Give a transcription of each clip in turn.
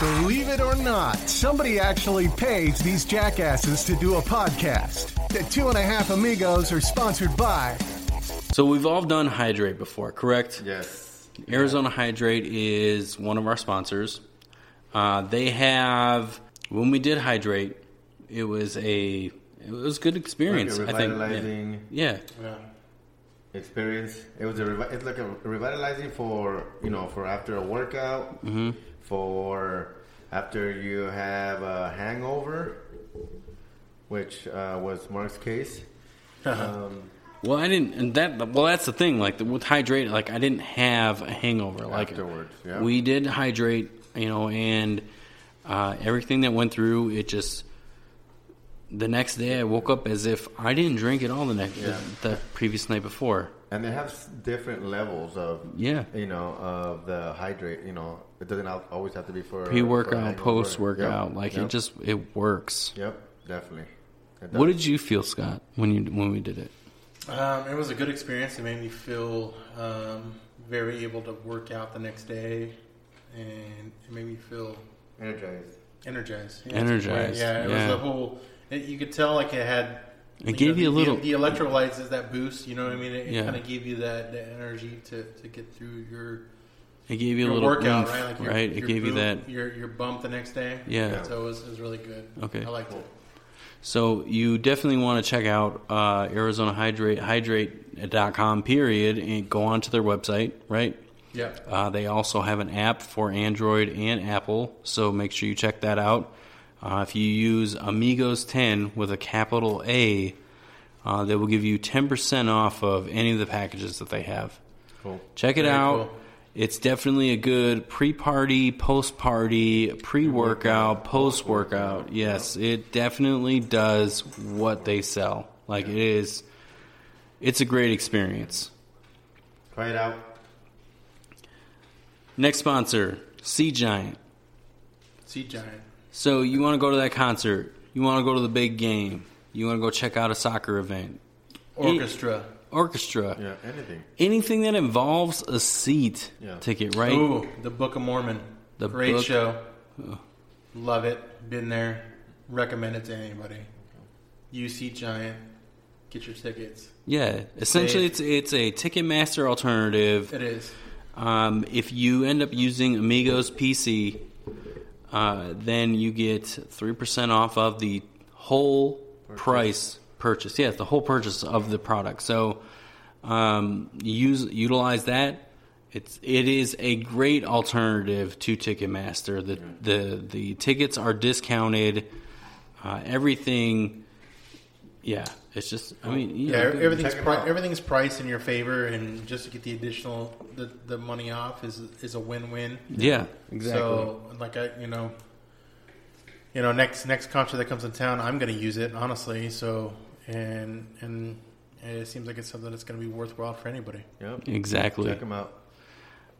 Believe it or not, somebody actually pays these jackasses to do a podcast. The Two and a Half Amigos are sponsored by So we've all done Hydrate before, correct? Yes. Arizona Hydrate is one of our sponsors. Uh, they have when we did Hydrate, it was a it was a good Like experience. a I think. revitalizing Yeah. yeah. experience. It was a revi- it's like a revitalizing for you know for after a workout, Mm-hmm. for after you have a hangover, which uh, was Mark's case. Um, Well, I didn't, and that well, that's the thing. Like with hydrate, like I didn't have a hangover. Like Afterwards, yeah. we did hydrate, you know, and uh, everything that went through, it just the next day I woke up as if I didn't drink at all the next Yeah. the, the previous night before. and they have s- different levels of Yeah. you know of the hydrate. You know, it doesn't al- always have to be for Pre for a workout, hangover. post workout, Yep, like yep, it just it works. yep, definitely. It What does. did you feel, Scott, when you when we did it? Um, it was a good experience. It made me feel um, very able to work out the next day, and it made me feel energized? energized. Yeah, Energized, Yeah, it yeah. was a whole. It, you could tell like it had. It gave you a the- e-, little- The, electrolytes is that boost. You know what I mean? It, Yeah. kind of gave you that, that energy to, to get through your, It gave you your a little workout, oomph, right? Like your, right? It your gave you boom- that. your your bump the next day. Yeah. So it was, it was really good. Okay. I liked it. So you definitely want to check out uh, Arizona Hydrate hydrate.com period and go onto their website, right? Yep. Uh, they also have an app for Android and Apple, so make sure you check that out. Uh, if you use Amigos 10 with a capital A, uh, they will give you 10% off of any of the packages that they have. Cool. Check it Very out. cool. It's definitely a good pre-party, post-party, pre-workout, post-workout. Yes, it definitely does what they sell. Like it is it's a great experience. Try it out. Next sponsor, Sea Giant. Sea giant. So you want to go to that concert, you want to go to the big game, you want to go check out a soccer event, Orchestra. orchestra, Yeah, anything. anything that involves a seat Yeah. ticket, right? Ooh, the Book of Mormon. The Great Book- show. Love it. Been there. Recommend it to anybody. UC Giant. Get your tickets. Yeah, essentially it's it's a Ticketmaster alternative. It is. Um, if you end up using Amigos PC, uh, then you get 3% off of the whole price purchase. Yes, the whole purchase of the product. So um, use utilize that. It's it is a great alternative to Ticketmaster. The the the tickets are discounted. Uh, everything, yeah. It's just I mean you Yeah, know, good. everything's Check 'em pri- out. everything's priced in your favor, and just to get the additional the, the money off is is a win win. yeah So like I you know you know next next concert that comes in town I'm gonna use it honestly. So and and it seems like it's something that's gonna be worthwhile for anybody. Yep. exactly. Check them out.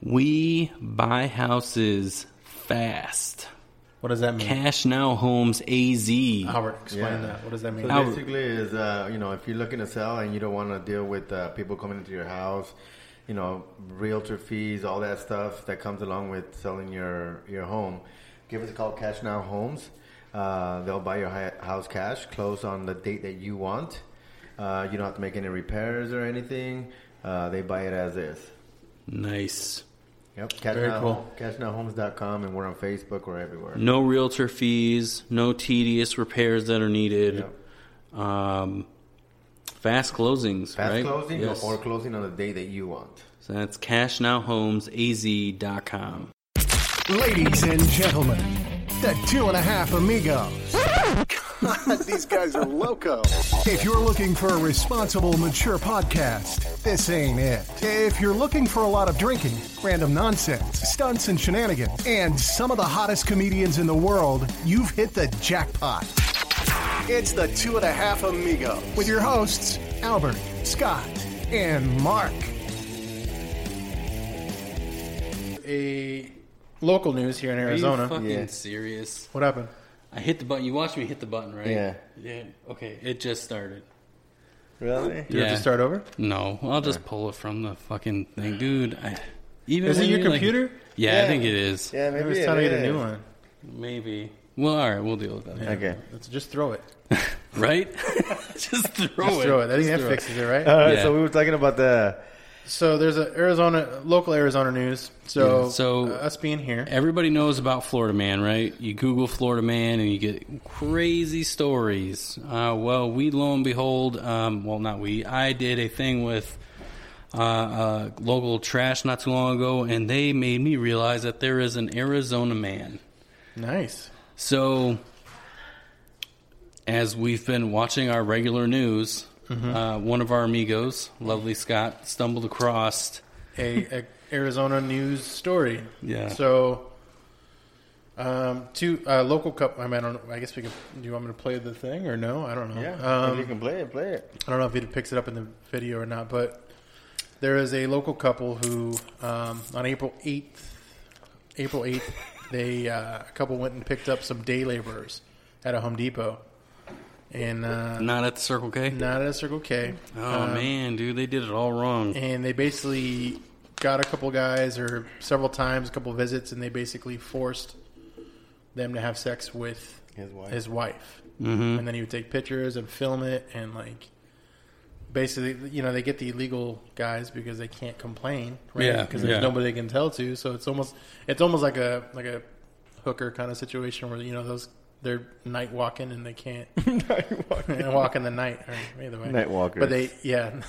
We buy houses fast. What does that mean? Cash Now Homes AZ. Howard, explain Yeah. that. What does that mean? So basically, is uh, you know, if you're looking to sell and you don't want to deal with uh, people coming into your house, you know, realtor fees, all that stuff that comes along with selling your your home, give us a call, Cash Now Homes. Uh, they'll buy your hi- house cash, close on the date that you want. Uh, you don't have to make any repairs or anything. Uh, they buy it as is. Nice. Yep. Cash Very now, cool. Mm. CashNowHomes.com, and we're on Facebook. We're everywhere. No realtor fees, no tedious repairs that are needed. Um, fast closings, Fast right? closing Yes. or closing on the day that you want. so that's cashnowhomesaz.com. Ladies and Gentlemen, the Two and a Half Amigos. God, these guys are loco. If you're looking for a responsible, mature podcast, this ain't it. If you're looking for a lot of drinking, random nonsense, stunts and shenanigans, and some of the hottest comedians in the world, you've hit the jackpot. It's the Two and a Half Amigos with your hosts, Albert, Scott, and Mark. a local news here in Are you Arizona. fucking Yeah. serious? What happened? I hit the button. You watched me hit the button, right? Yeah. Yeah. Okay. It just started. Really? Do you have Yeah. to start over? No, I'll just pull it from the fucking thing, dude. I, even Is it when your you, like- computer? yeah, I Yeah. think it is. Yeah, Maybe maybe it's it time to get a is. new one. Maybe. Well, all right, we'll deal with that. Okay. Let's just throw it. Right? Just throw Just it. throw it. I think Just that throw fixes it, right? All right, Yeah. Uh, so we were talking about the so there's a Arizona local Arizona news. So Yeah, so- uh, us being here, Everybody knows about Florida Man, right? You Google Florida Man and you get crazy stories. Uh, well, we lo and behold, um, well, not we. I did a thing with uh, uh, local trash not too long ago, and they made me realize that there is an Arizona Man. nice. So, as we've been watching our regular news, Mm-hmm. uh, one of our amigos, lovely Scott, stumbled across. a, a Arizona news story. Yeah. So, um, two uh, local cup. I mean, I don't. I guess we could. Do you want me to play the thing or no? I don't know. yeah. Um, you can play it, play it. I don't know if it picks it up in the video or not, but there is a local couple who, um, on April eighth, April eighth, they uh, a couple went and picked up some day laborers at a Home Depot, and uh, Not at the Circle K. not at a Circle K. Oh Um, man, dude, they did it all wrong. and they basically got a couple guys or several times, a couple visits, and they basically forced them to have sex with His wife. His wife, Mm-hmm. and then he would take pictures and film it, and like basically, you know, they get the illegal guys because they can't complain, right? Yeah, because there's yeah. nobody they can tell to. So it's almost it's almost like a like a hooker kind of situation where you know those they're night walking and they can't and walk in the night or either way. Night walkers. But they yeah.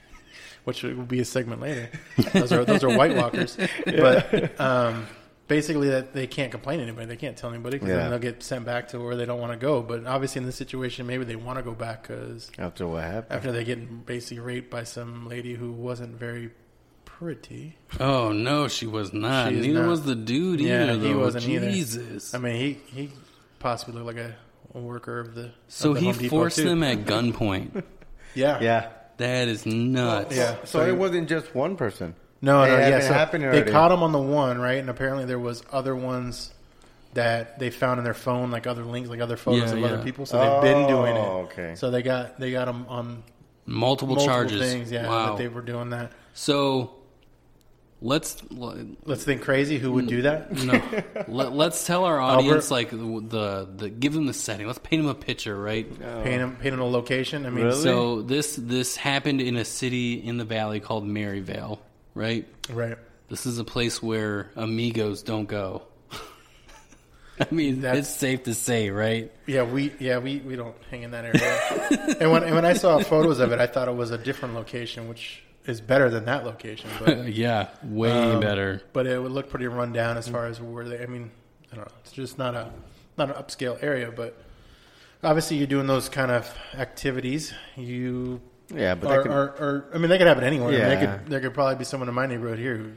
Which will be a segment later. Those are those are White Walkers. But um, basically, that they can't complain to anybody. They can't tell anybody because Yeah. then they'll get sent back to where they don't want to go. But obviously, in this situation, maybe they want to go back because After what happened? after they get basically raped by some lady who wasn't very pretty. Oh no, she was not. She is Neither not. was the dude Yeah, either. he though. wasn't either. Jesus. I mean, he he possibly looked like a, a worker of the. so of the he Home Depot, forced too. them at gunpoint. Yeah. Yeah. that is nuts. Yeah. So, it wasn't just one person. No, It no, had yeah. been so happening they already. caught him on the one, right? And apparently there was other ones that they found in their phone, like other links, like other photos Yeah, of yeah. other people. So they've been doing it. Oh, okay. So they got they got them on multiple, multiple charges. things. Yeah, wow. that they were doing that. so let's l- Let's think crazy. Who would do that? no. Let, let's tell our audience Albert? like the, the give them the setting. Let's paint them a picture, right? Paint him, paint him a location. I mean, Really? So this this happened in a city in the valley called Maryvale, right? right. This is a place where amigos don't go. I mean, That's- it's safe to say, right? Yeah, we yeah we, we don't hang in that area. and when and when I saw photos of it, I thought it was a different location, which is better than that location. But yeah, way Um, better. but it would look pretty run down as far as where they. I mean, I don't know. It's just not a not an upscale area, but obviously you're doing those kind of activities. You Yeah, but are, that could- are, are- I mean, they could happen anywhere. I mean, they Yeah. could there could probably be someone in my neighborhood here who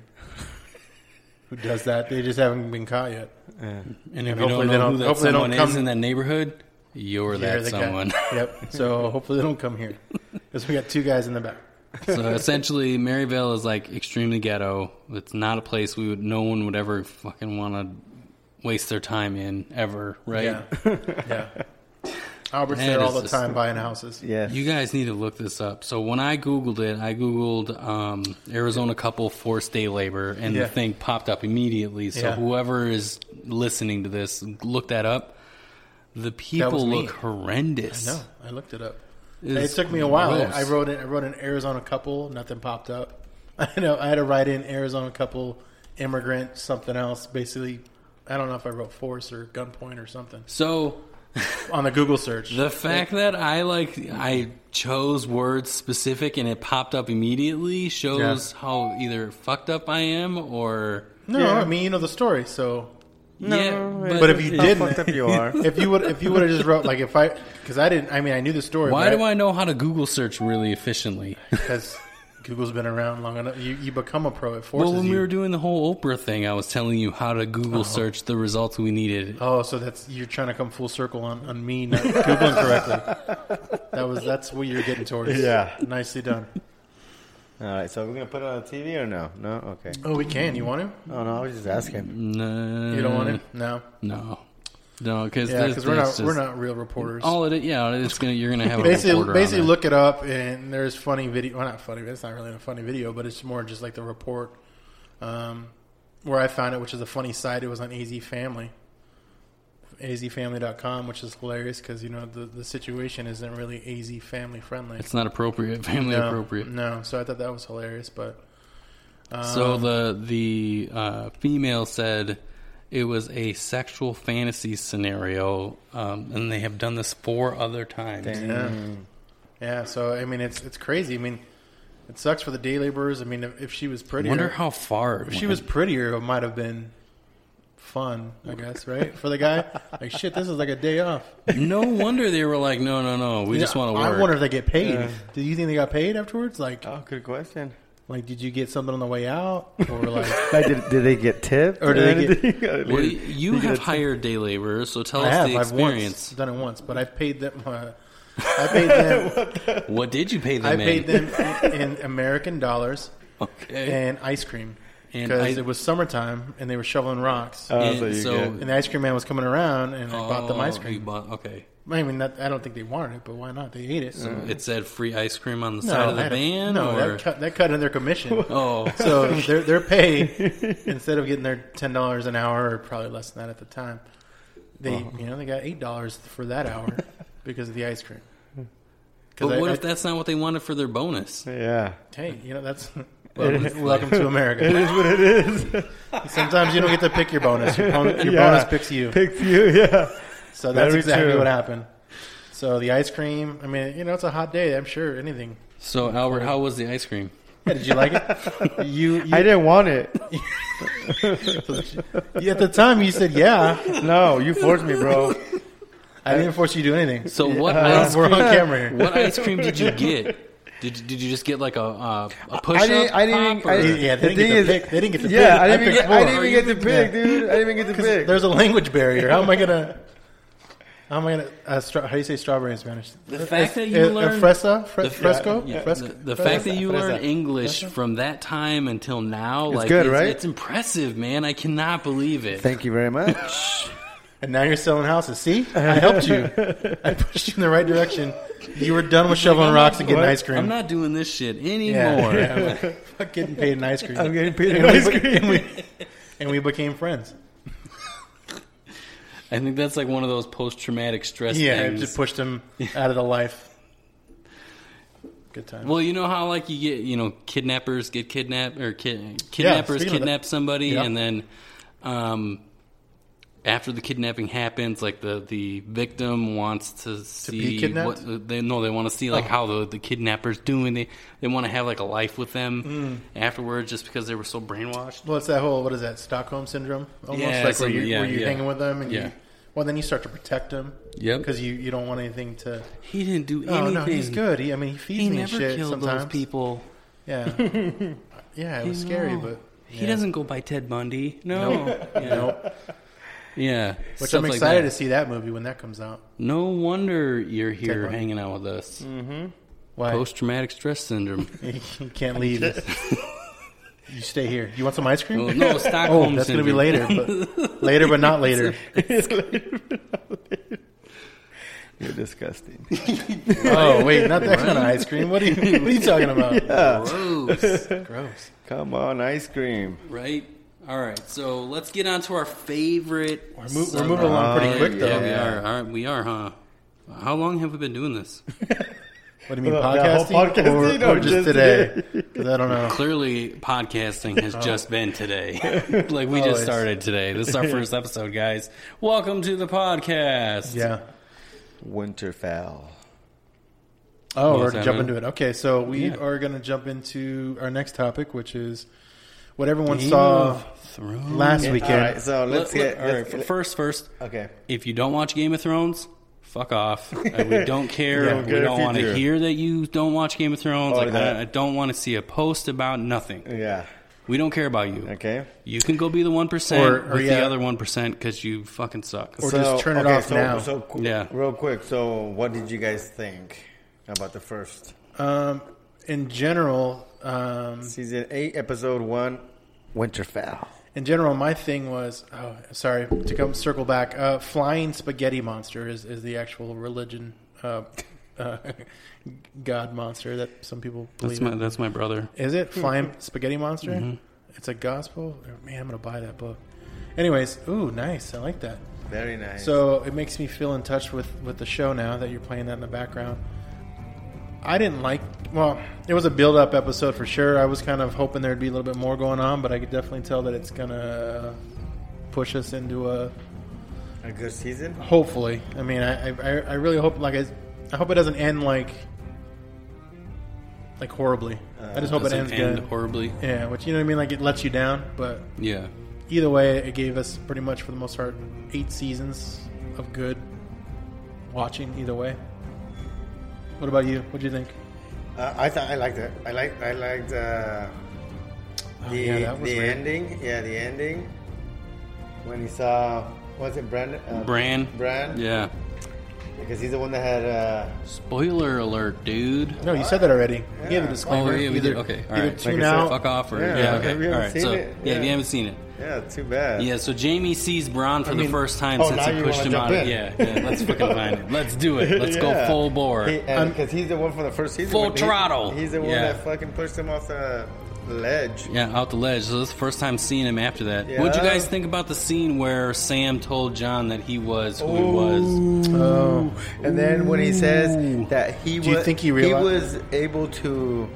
who does that. They just haven't been caught yet. And if and you don't hopefully know they who don't- that hopefully they don't someone is come- in that neighborhood, you're They're that the guy- someone. Yep. So hopefully they don't come here because we got two guys in the back. so essentially, Maryvale is like extremely ghetto. It's not a place we would no one would ever fucking want to waste their time in ever, right? Yeah. Yeah. Albert's That there all is the just- time buying houses. Yes. You guys need to look this up. So when I googled it, I googled um, Arizona couple forced day labor, and Yeah. the thing popped up immediately. So Yeah. whoever is listening to this, look that up. The people me. look horrendous. No, I looked it up. It It, is took me a while. gross. I wrote in. I wrote an Arizona couple. Nothing popped up. I know. I had to write in Arizona couple, immigrant, something else. Basically, I don't know if I wrote force or gunpoint or something So on the Google search. the fact that I like I chose words specific and it popped up immediately shows how either fucked up I am or no, I mean you know the story. So yeah. but if you How didn't, fucked up you are. if you would, if you would have just wrote like if I, because I didn't. I mean, I knew the story. why do I know how to Google search really efficiently? Because Google's been around long enough. You you become a pro. It forces Well, when you. we were doing the whole Oprah thing, I was telling you how to Google search the results we needed. Oh, so that's you're trying to come full circle on, on me not googling correctly. That was that's what you're getting towards. Yeah. nicely done. All right, so we're gonna put it on the TV or no? No, okay. Oh, Oh, we can. You want him? No, no, I was just asking. No, You don't want him? Mm. No. No, no, because Yeah, because we're not we're not real reporters. all of it. Yeah, it's gonna you're gonna have a basically, reporter basically on look it up, and there's funny video. Well, not funny. But it's not really a funny video, but it's more just like the report um, where I found it, which is a funny site. It was on AZ Family, azfamily.com, which is hilarious because you know the the situation isn't really az family friendly. It's not appropriate, family no, appropriate. No, so I thought that was hilarious, but um, So the the uh, female said it was a sexual fantasy scenario, um, and they have done this four other times. Yeah. Yeah. So I mean, it's it's crazy. I mean, it sucks for the day laborers. I mean, if, if she was I prettier, wonder how far it if she was went. prettier, it might have been fun. I guess right for the guy. Like shit, this is like a day off. no wonder they were like, no, no, no, we You just know, want to work. I wonder if they get paid. Do you think they got paid afterwards? Like, Oh, good question. like did you get something on the way out, or like, Like, did, did they get tipped Or did they get- anything? well, you Did get a have tip? hired day laborers, so tell I us have, the I've once experience. done it once, but I've paid them. Uh, I paid them. What did you pay them? I in? paid them in, in American dollars Okay. and ice cream And because I- Uh, it was summertime and they were shoveling rocks. Oh, And so you so- get- And the ice cream man was coming around, and I bought them ice Oh, cream. you bought- okay. I mean, that, I don't think they wanted it, but why not? They ate it. So. It said free ice cream on the No, side Mm. of the that- van. no, or? that cut that cut in their commission. oh, So their their pay instead of getting their ten dollars an hour, or probably less than that at the time, they Uh-huh. you know they got eight dollars for that hour because of the ice cream. 'Cause but I- what I- if that's not what they wanted for their bonus? Yeah. Hey, you know that's welcome to America. It is what it is. Sometimes you don't get to pick your bonus. Your, bon- your Yeah. bonus picks you. Picks you, yeah. So that's Very exactly true. what happened. So the ice cream. I mean, you know, it's a hot day. I'm sure anything. So Albert, how was the ice cream? Yeah, did you like it? you, you I didn't want it. you- at the time you said yeah. No, you forced me, bro. I didn't force you to do anything. So what We're on- ice we're on cream? camera here. What ice cream did you get? Did, did you just get like a uh, a push I didn't. up? I didn't. I, Yeah, yeah, they the thing didn't get to is- pick- they didn't get to yeah, pick. I I didn't, picked get, I four. didn't even get to pick, dude. I didn't even get to pick. There's a language barrier. How am I gonna? How am I gonna? Uh, stra- how do you say strawberry in Spanish? The fact that Eh, you eh, learned fresa, Fre- the fa- fresco, yeah, Fresco? the, the fact that you Fresa. learned English from that time until now, like good, it's, right? it's impressive, man. I cannot believe it. Thank you very much. And now you're selling houses. See, I helped you. I pushed you in the right direction. You were done with shoveling rocks and getting what? ice cream. I'm not doing this shit Yeah, anymore. yeah, I'm not getting paid in ice cream. I'm getting paid in And we ice be- cream. And we, and we became friends. I think that's like one of those post traumatic stress Yeah, I things. just pushed him out of the life. Good time. Well, you know how like you get you know kidnappers get kidnapped or kid, kidnappers speaking of kidnap somebody Yeah. and then um, after the kidnapping happens, like the, the victim wants to see kidnapped? Oh. what they no they want to see like how the the kidnappers doing they they want to have like a life with them Mm. afterwards just because they were so brainwashed. Well, it's that whole what is that Stockholm syndrome? Almost Yeah, like where some- you yeah, where you're yeah. hanging with them, and Yeah. you, well, then you start to protect them. Yep. because you, you don't want anything to. He didn't do anything. Oh no, he's good. He, I mean, he feeds He me never and shit killed sometimes. those people. Yeah, yeah, it was scary, No. but he yeah. doesn't go by Ted Bundy. No, yeah. Nope. yeah. Which Stuff I'm like excited that. to see that movie when that comes out. No wonder you're here Bundy. hanging out with us. Mm. Why Post traumatic stress syndrome. you can't leave? you stay here. You want some ice cream? Oh, no, Oh, Stockholm that's syndrome. going to be later, but later, but not later. You're disgusting. Oh wait, not that kind of ice cream. What are you? What are you talking about? Gross. Gross. Come on, ice cream. right? All right. So let's get on to our favorite. We're, mo- we're moving along pretty quick, though. Yeah, we are. All right, we are, huh? How long have we been doing this? What do you mean, The- the whole Uh, podcasting, podcasting or, or or just, just today? 'Cause I don't know. Clearly, podcasting Oh. has just been today. like we Always. just started today. This is our first episode, guys. Welcome to the podcast. Yeah. Winterfowl. Oh, What we're was gonna that, jump man? into it. Okay, so we Yeah. are gonna jump into our next topic, which is what everyone Game saw of Thrones. last All weekend. right, so let's Let- let- get. all right, let's get- first, first. Okay. If you don't watch Game of Thrones, fuck off. Uh, we don't care. Yeah, we good if don't you want do. to hear that you don't watch Game of Thrones. Oh, like that. I, I don't want to see a post about nothing. Yeah. We don't care about you. Okay. You can go be the one Or- percent or with yeah. the other one percent because you fucking suck. Or just turn it off so, now. So, qu- Yeah. Real quick. So, what did you guys think about the first Um, in general, um, season eight, episode one, Winterfell? in general, my thing was oh, sorry to come circle back. Uh, flying spaghetti monster is, is the actual religion uh, uh, god monster that some people believe. that's my Mm-hmm. that's my brother. in. Is it flying spaghetti monster? Oh, It's a gospel. Man, I'm gonna buy that book. Anyways, ooh, nice. I like that. Very nice. So it makes me feel in touch with, with the show now that you're playing that in the background. I didn't like. Well, it was a build up episode for sure. I was kind of hoping there'd be a little bit more going on, but I could definitely tell that it's gonna push us into a. a good season. Hopefully, I mean, I I, I really hope like I, I hope it doesn't end like. Like horribly. I just hope it Doesn't ends end good. horribly. yeah, which you know what I mean. Like it lets you down, but Yeah. either way, it gave us pretty much for the most part eight seasons of good watching. Either way, what about you? What do you think? Uh, I thought I liked it. I liked I liked uh, the Oh, yeah, that was the weird. ending. Yeah, the ending when he saw was it Brand uh, Bran. Bran Yeah. because he's the one that had uh, Spoiler alert, dude. No, you said that already. You gave Yeah. the disclaimer. Oh, yeah, we either, did. Okay, all either right. tune Like I said, out. Fuck off, or Yeah, yeah, okay, if you all haven't right. seen So it, yeah, if yeah. you haven't seen it, yeah too bad yeah. So Jamie sees Braun for the mean- first time Oh, since now he you pushed wanna him jump out. Of, in. yeah, yeah. Let's fucking find it. Let's do it. Let's go Yeah. full bore. He- Um, and because he's the one from the first season Full when he- throttle. he's the one Yeah. that fucking pushed him off the ledge yeah, out the ledge. So this is the first time seeing him after that. What'd you Yeah. guys think about the scene where Sam told John that he was who he was? Oh. and then when he says that he Do you was think he realized- was able to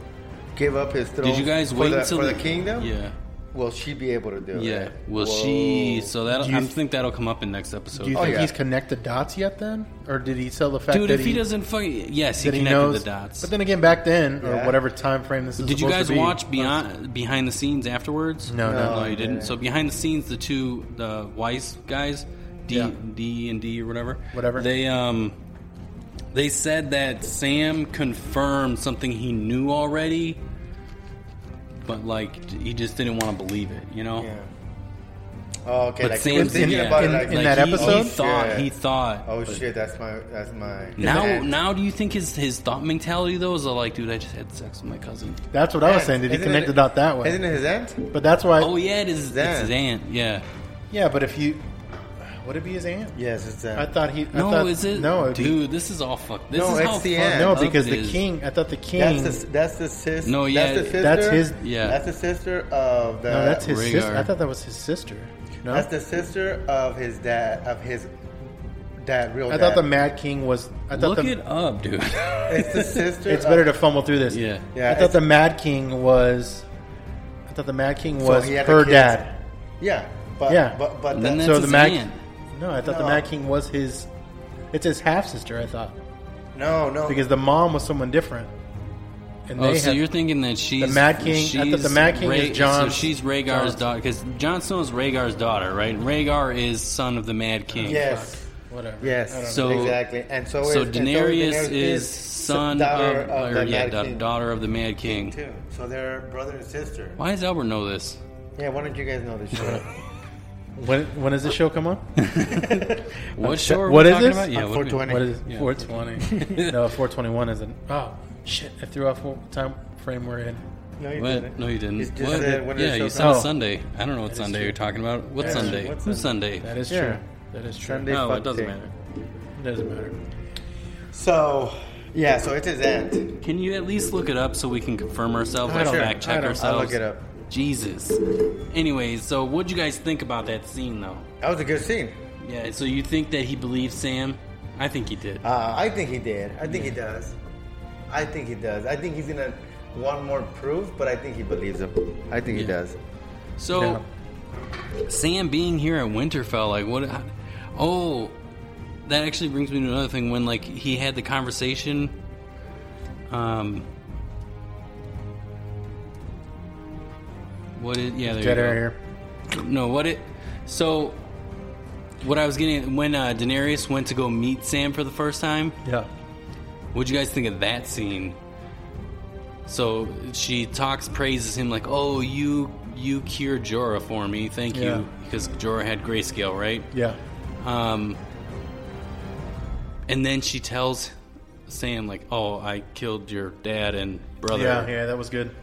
give up his throne Did you guys for wait the, until for the, kingdom Yeah, will she be able to do yeah. it Well, Whoa. she. So that Do you I th- think that'll come up in next episode. Do you Oh, think yeah. he's connected dots yet? Then, or did he sell the fact Dude, that if he, doesn't fucking yes, he that he connected knows the dots. But then again, back then or Yeah. whatever time frame this is. Did you supposed guys to be, watch beyond behind the scenes afterwards? No, no, no, I you didn't. didn't. So behind the scenes, the two the Weiss guys, D Yeah. D and D or whatever, Whatever. they um they said that Sam confirmed something he knew already, but like he just didn't want to believe it, you know. yeah oh, okay But like, Sam Sam thinking yeah, about it in- like, in that he, episode? he thought Yeah. he thought. oh but- shit that's my that's my Now, now, do you think his his thought mentality though is like, dude, I just had sex with my cousin? That's what I was saying. Did he Isn't connect it- the dot that isn't way? it his aunt But that's why. Oh yeah, it is. It's Zan. his aunt. Yeah. yeah, but if you would it be his aunt? yes it's I that thought he. I No, thought, is it? No, it'd be- dude, this is all fucked. This No, is it's how the fucked end. No, up because it the is. king. I thought the that's king. the that's the sister No, yeah, that's the sister that's his- yeah. that's the sister of the no, that's his uh, Rhaegar. sister. I thought that was his sister. No, That's the sister of his dad, of his dad, real I dad. thought the Mad King was. I thought Look the. it up, dude. It's the sister. It's better of, to fumble through this. Yeah. Yeah, I thought it's- the Mad King was. I thought the Mad King was he had the her kids. dad. Yeah, but Yeah. but but And then that- that's so the his Mad. aunt. No, I thought the No. Mad King was his. It's his half sister. I thought no no because the mom was someone different. And oh, they so had- you're thinking that she's The Mad King- I She's thought the Mad King Rha- is Jon- So she's Rhaegar's Jon's- daughter because Jon Snow is Rhaegar's daughter, right? Rhaegar is son of the Mad King. yes whatever. yes I don't know. So- exactly and so So is, and Daenerys so Daenerys is son of, daughter of or, the yeah, Mad da- King daughter of the Mad King. too. So they're brother and sister. Why does Albert know this? Yeah, why don't you guys know this? Shit? when when does the show come on? What show? Are what we is talking this? About? Yeah, On what are we- 420. What is Yeah. 420? no, 421 isn't. Oh shit! I threw off what time frame we're in. No, you What? didn't. No, you didn't. You just what? said, when yeah, did the you show said come out? Sunday. I don't know what Sunday you're talking about. What That is Sunday? true. What Who's Sunday? That is Yeah. true. That is true. Sunday. No, it fucked doesn't it. matter. It doesn't matter. So yeah, so it's his aunt. Can you at least look it up so we can confirm ourselves, I like don't- fact I check don't- I'll ourselves? look it up. Jesus. Anyways, so what'd you guys think about that scene, though? That was a good scene. Yeah. So you think that he believed Sam? I think he did. Uh, I think he did. I think he does. I think he does. I think he's gonna want more proof, but I think he believes him. I think he Yeah. does. So, Sam being here at Winterfell, like what? Oh, that actually brings me to another thing. When like he had the conversation, um, what it? Yeah, there Get you out go. of here. No, what it? So, what I was getting at, when uh, Daenerys went to go meet Sam for the first time. Yeah. What'd you guys think of that scene? So she talks, praises him like, "Oh, you you cured Jorah for me, thank Yeah. you," because Jorah had grayscale, right? Yeah. Um, and then she tells Sam like, "Oh, I killed your dad and brother." Yeah. Yeah. That was good.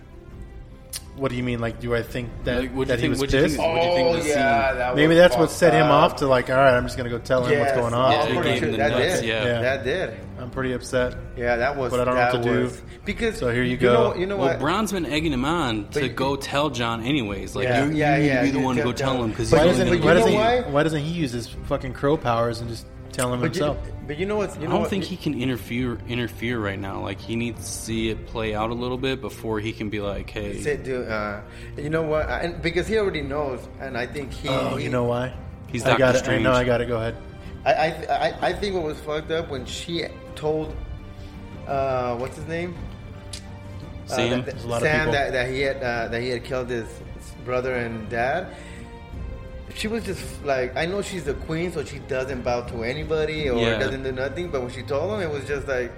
What do you mean? Like, do I think that, Like, what do that you he think? was What do you pissed? think? What do you think? the scene? Oh, that Maybe was that's what fucked set him up. off to like, all right, I'm just gonna go tell him Yes. what's going on. Yeah, Oh, they gave him the that nuts, did. yeah. Yeah. That did. I'm pretty upset. Yeah, that was. But I don't know that what to do. was- Because So here you know- go. you know Well, what? Brown's been egging him on to But- go tell John, anyways. Like, Yeah, you, you yeah, need yeah, to be the you one to go can't tell tell him him. because he's But Why the you doesn't, only know- one but who why, doesn't knows. he, why? why doesn't he use his fucking crow powers and just tell him But you, himself? but you know what? You I know don't what? think he can interfere interfere right now. Like he needs to see it play out a little bit before he can be like, "Hey, Said, dude, uh, you know what? I- And because he already knows, and I think he. oh, he- you know why? He's I Dr. got it. I Strange. know. I got it. Go ahead. I, I, I, I think what was fucked up when she told, uh, what's his name? Uh, Sam, that- that- There's a lot of Sam people. that, that he had uh, that he had killed his his brother and dad. She was just like, I know she's the queen, so she doesn't bow to anybody or Yeah. doesn't do nothing. But when she told him, it was just like,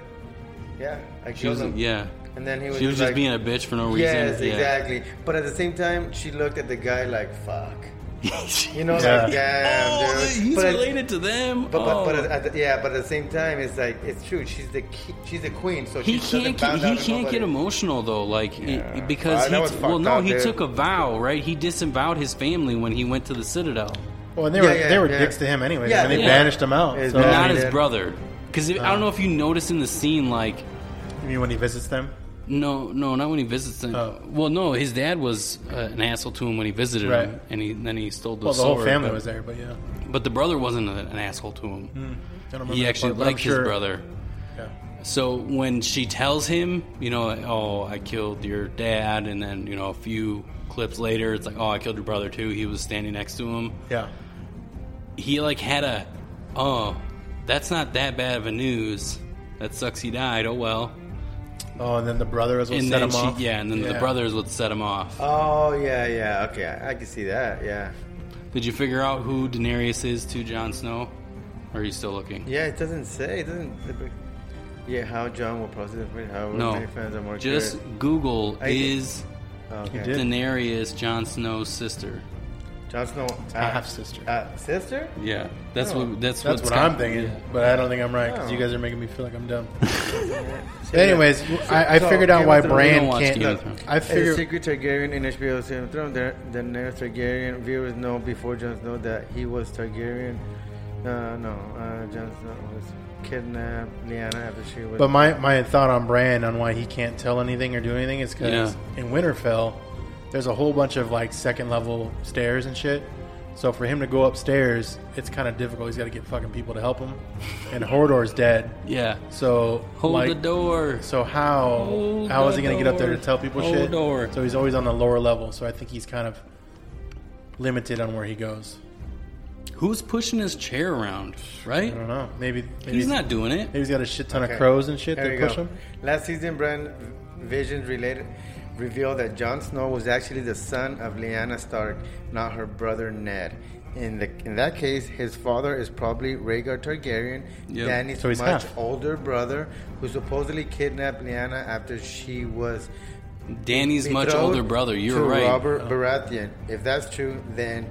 yeah, I she killed was him. yeah." And then he was she was just just like- being a bitch for no reason. Yes, Yeah. exactly. But at the same time, she looked at the guy like, fuck. You know, Yeah. like, damn, oh, dude. he's but at- related to them. but, oh. but, but at the, yeah, but at the same time, it's like it's true. She's the ki- she's the queen, so he she doesn't can't bow get, down he to can't get nobody. emotional though, like it- Yeah. because Uh, that he was t- well fucked no up, he dude. took a vow right. He disavowed his family when he went to the Citadel, Well, and they Yeah, were yeah, they were yeah. dicks to him anyway, Yeah, and they yeah. banished him out. It's So, bad. not he his did. brother. Because I don't know if you noticed in the scene, like you mean when he visits them? No, no, not when he visits him. Oh. Well, no, his dad was uh, an asshole to him when he visited him, Right. and he then he stole the Well, the whole sword, family but, was there, but yeah, But the brother wasn't a, an asshole to him. I don't remember He that actually part, but I'm liked sure- his brother. Yeah. So when she tells him, you know, oh, I killed your dad, and then you know a few clips later, it's like, oh, I killed your brother too. He was standing next to him. Yeah. He like had a, oh, that's not that bad of a news. That sucks. He died. Oh well. Oh, and then the brother is what And set then him off. she, yeah, and then the brother is what set him off. Oh yeah, yeah. Okay, I, I can see that. Yeah, Did you figure out who Daenerys is to Jon Snow? Or are you still looking? yeah. It doesn't say. It doesn't. Yeah, how John will process it. How no. many fans are more Just Google I did. is curious. okay. You did? Daenerys Jon Snow's sister. Jon Snow I have sister. Uh, sister? Yeah, that's Oh. what that's, That's what's what got- I'm thinking, yeah. but I don't think I'm right because Oh. you guys are making me feel like I'm dumb. So, Anyways, yeah. I, I So, figured out Game why of Thrones- We Bran don't watch Game of can't. Thrones. I As a figured. secret Targaryen in HBO's Game of Thrones, the the Daenerys Targaryen viewers know before Jon Snow that he was Targaryen. Uh, no, uh, Jon Snow was kidnapped Lyanna after she was. But my, my thought on Bran on why he can't tell anything or do anything is because Yeah. in Winterfell, there's a whole bunch of like second level stairs and shit. So for him to go upstairs, it's kind of difficult. He's got to get fucking people to help him, and Hordor's dead. Yeah. So Hold like, the door. So how Hold how is the he going to get up there to door. tell people Hold shit? the door. So he's always on the lower level. So I think he's kind of limited on where he goes. Who's pushing his chair around, right? I don't know. Maybe, maybe He's not doing it. Maybe he's got a shit ton Okay. of crows and shit There that you push go. him. Last season, Bran Visions related revealed that Jon Snow was actually the son of Lyanna Stark, not her brother Ned. In the in that case, his father is probably Rhaegar Targaryen, Yep. Danny's So he's much half. older brother, who supposedly kidnapped Lyanna after she was Danny's much betrothed older brother. You're to right. Oh. Robert Baratheon. If that's true, then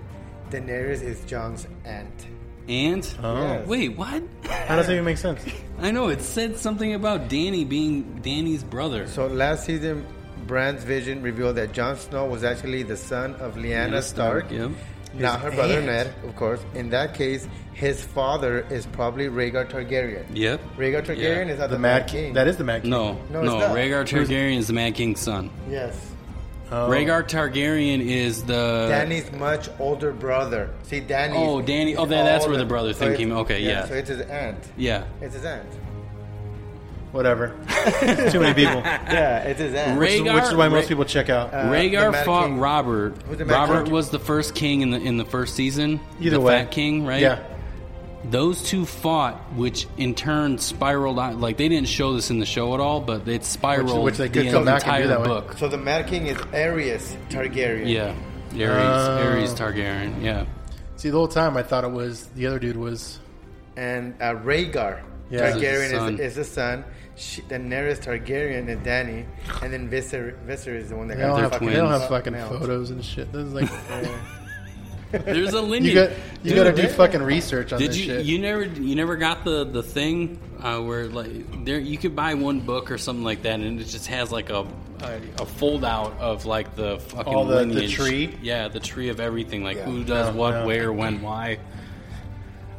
Daenerys is Jon's aunt. And Yes. wait, what? How does that even make sense? I know it said something about Danny being Danny's brother. So last season, Bran's vision revealed that Jon Snow was actually the son of Lyanna Lyanna Stark, Stark, yep. not her His brother aunt. Ned, of course. In that case, his father is probably Rhaegar Targaryen. Yep. Rhaegar Targaryen Yeah. is not The Mad King. That is the Mad King. No, no, No, it's not. Rhaegar Targaryen is the Mad King's son. yes. Oh. Rhaegar Targaryen is the Danny's much older brother. See, Danny. Uh, Oh, Danny- oh, that- that's where the brother thing came- okay, yeah. So it's his aunt. Yeah. It's his aunt. Whatever. Too many people. Yeah, it's his aunt. Rhaegar- Which is why Rha- most people check out. Uh, the Rhaegar Mad fought King. Robert. Who's the Mad Robert King? was the first king in the in the first season. Either the way. Fat King, right? Yeah. Those two fought, which in turn spiraled out. Like they didn't show this in the show at all, but it spiraled which they could the come back and do entire that way. book. So the Mad King is Aries Targaryen. Yeah, Ares, Oh. Ares Targaryen. Yeah, See, the whole time I thought it was the other dude was. and uh, Rhaegar Yeah. Is the Targaryen son. is, is the son. She, Daenerys Targaryen is Danny, and then Visser Visser is the one that They don't They're have, they don't twins. have fucking nailed. photos and shit. This is like. There's a lineage. You got you Dude, got to do there- fucking research on Did this you shit. you never you never got the the thing uh, where like there you could buy one book or something like that and it just has like a a, a fold out of like the fucking All the- the lineage. tree? yeah the tree of everything like Yeah. who does No, what no. where when why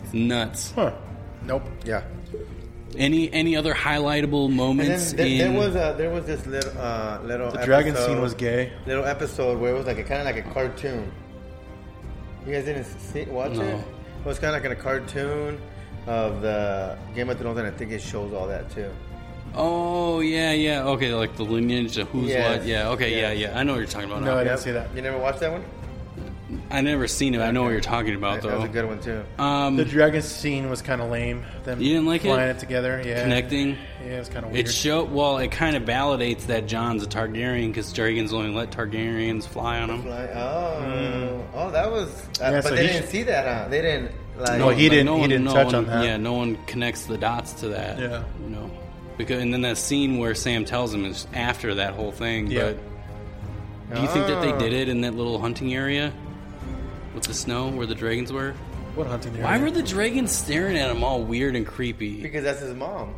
it's nuts Huh. Nope. Yeah. any any other highlightable And moments then there, in there was a, there was this little uh, little The dragon scene was gay. Little episode where it was like a kind of like a cartoon. You guys didn't see watch No. it. It was kind of like in a cartoon of the Game of Thrones, and I think it shows all that too. oh yeah yeah okay like the lineage of who's Yes. what yeah okay yeah. yeah I know what you're talking about No, I now. didn't Yep. see that. You never watched that one? I never seen it I know what you're talking about That, that though was a good one too. um The Mm. dragon scene was kind of lame. Them You didn't like it? flying it? together. Yeah. connecting. Yeah, it was kind of weird. It show well. It kind of validates that John's a Targaryen because dragons only let Targaryens fly on them. Like, oh, oh, that was. Uh, Mm. Yeah, but so they he didn't sh- see that. Huh? They didn't like. No, he like, didn't- he didn't no touch one, on that. Yeah, no one connects the dots to that. Yeah. you know, because and then that scene where Sam tells him is after that whole thing. Yeah. But do you think that they Ah. did it in that little hunting area with the snow where the dragons were? What hunting area? Why were the dragons staring at him all weird and creepy? because that's his mom.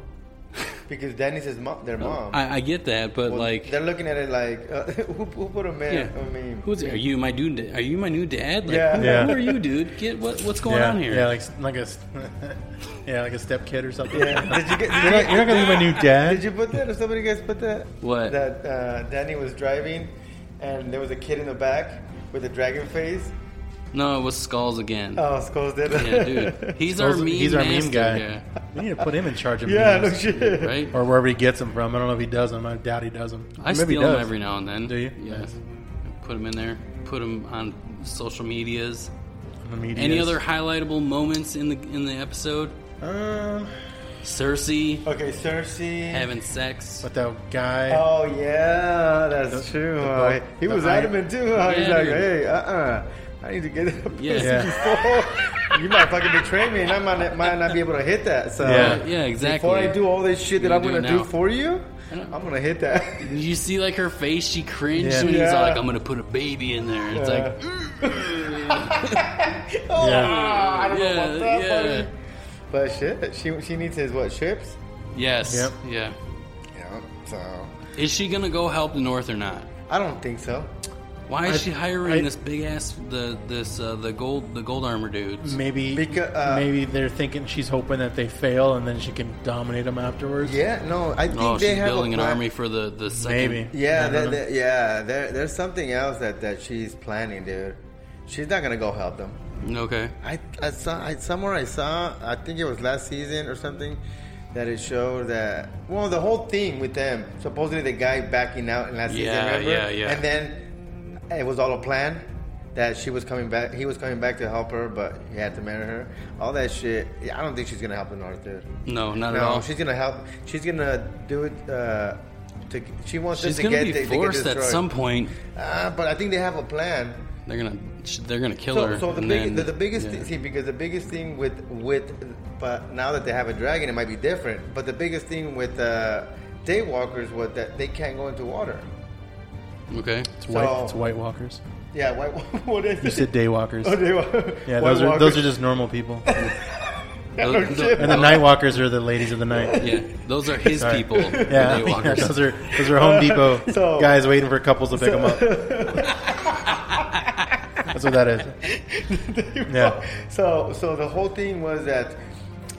because Danny's his mom. Their mom. I, I get that, but Well, like. they're looking at it like, uh, who, who put a man? yeah. I mean, Who's are you my dude? Are you my new dad? Like, Yeah. Who, Yeah. who are you, dude? Get what what's going yeah, on here? Yeah, like like a s- yeah, like a step kid or something. Yeah. Did you get? You're not, you're not gonna be my new Did dad. you put that? Or somebody guys put that? What? That uh, Danny was driving, and there was a kid in the back with a dragon face. No, it was Skulls again. Oh, Skulls did. Yeah, dude. He's our Skulls- meme. he's our meme master, guy. yeah. We need to put him in charge of yeah, no memes. shit. right? or wherever he gets them from. I don't know if he does them. I doubt he does them. I Maybe he steal him does. every now and then. Do you? Yes. Put him in there. Put him on social medias. On the media. Any other highlightable moments in the in the episode? Um, Cersei Okay, Cersei. having sex. but that guy. Oh yeah, that's true. huh? boat- he the was iron- adamant too. huh? He's Yeah, like, dude. hey, uh, uh I need to get that pussy Yeah. before you might fucking betray me, and I might, might not be able to hit that. So Yeah. Yeah, exactly. Before I do all this shit that You I'm do gonna it do now. for you, I know. I'm gonna hit that. Did you see like her face? She cringed Yeah. when he's all Yeah. like, "I'm gonna put a baby in there." And it's Yeah. like, Yeah. Ah, I don't yeah, know about that, yeah, buddy. But shit, she she needs his what ships? yes, Yep. yeah. Yeah. So Is she gonna go help the North or not? I don't think so. Why is I- she hiring I- this big ass the this uh, the gold the gold armor dudes? Maybe Because, uh, maybe they're thinking she's hoping that they fail and then she can dominate them afterwards. Yeah. No, I think Oh, they she's have building a an plan- army for the the second. maybe. Yeah, I don't there, know. there, yeah. There, there's something else that, that she's planning, dude. She's not gonna go help them. Okay. I, I saw I, somewhere I saw I think it was last season or something that it showed that well the whole thing with them supposedly the guy backing out in last season Yeah, remember yeah, yeah. and then it was all a plan that she was coming back he was coming back to help her but he had to marry her all that shit yeah, I don't think she's gonna help the North dude No, not at no all. she's gonna help she's gonna do it uh, to she wants She's them to gonna get be they- they get forced at destroyed. some point. Ah, but I think they have a plan They're gonna sh- they're gonna kill so, her. so the, and big, then- the, the biggest yeah. thing, see, because the biggest thing with with, but now that they have a dragon, it might be different. But the biggest thing with uh, daywalkers was that they can't go into water. Okay. It's white, So- it's white walkers. Yeah, why, what is You it? said day walkers. Oh, day, yeah, those are those are just normal people. Those- Oh, shit. And the night walkers are the ladies of the night. Yeah, those are his Sorry. people. Yeah, Yeah. yeah, those are those are Home Depot So- guys waiting for couples to pick them up. That's what that is. Yeah. So so the whole thing was that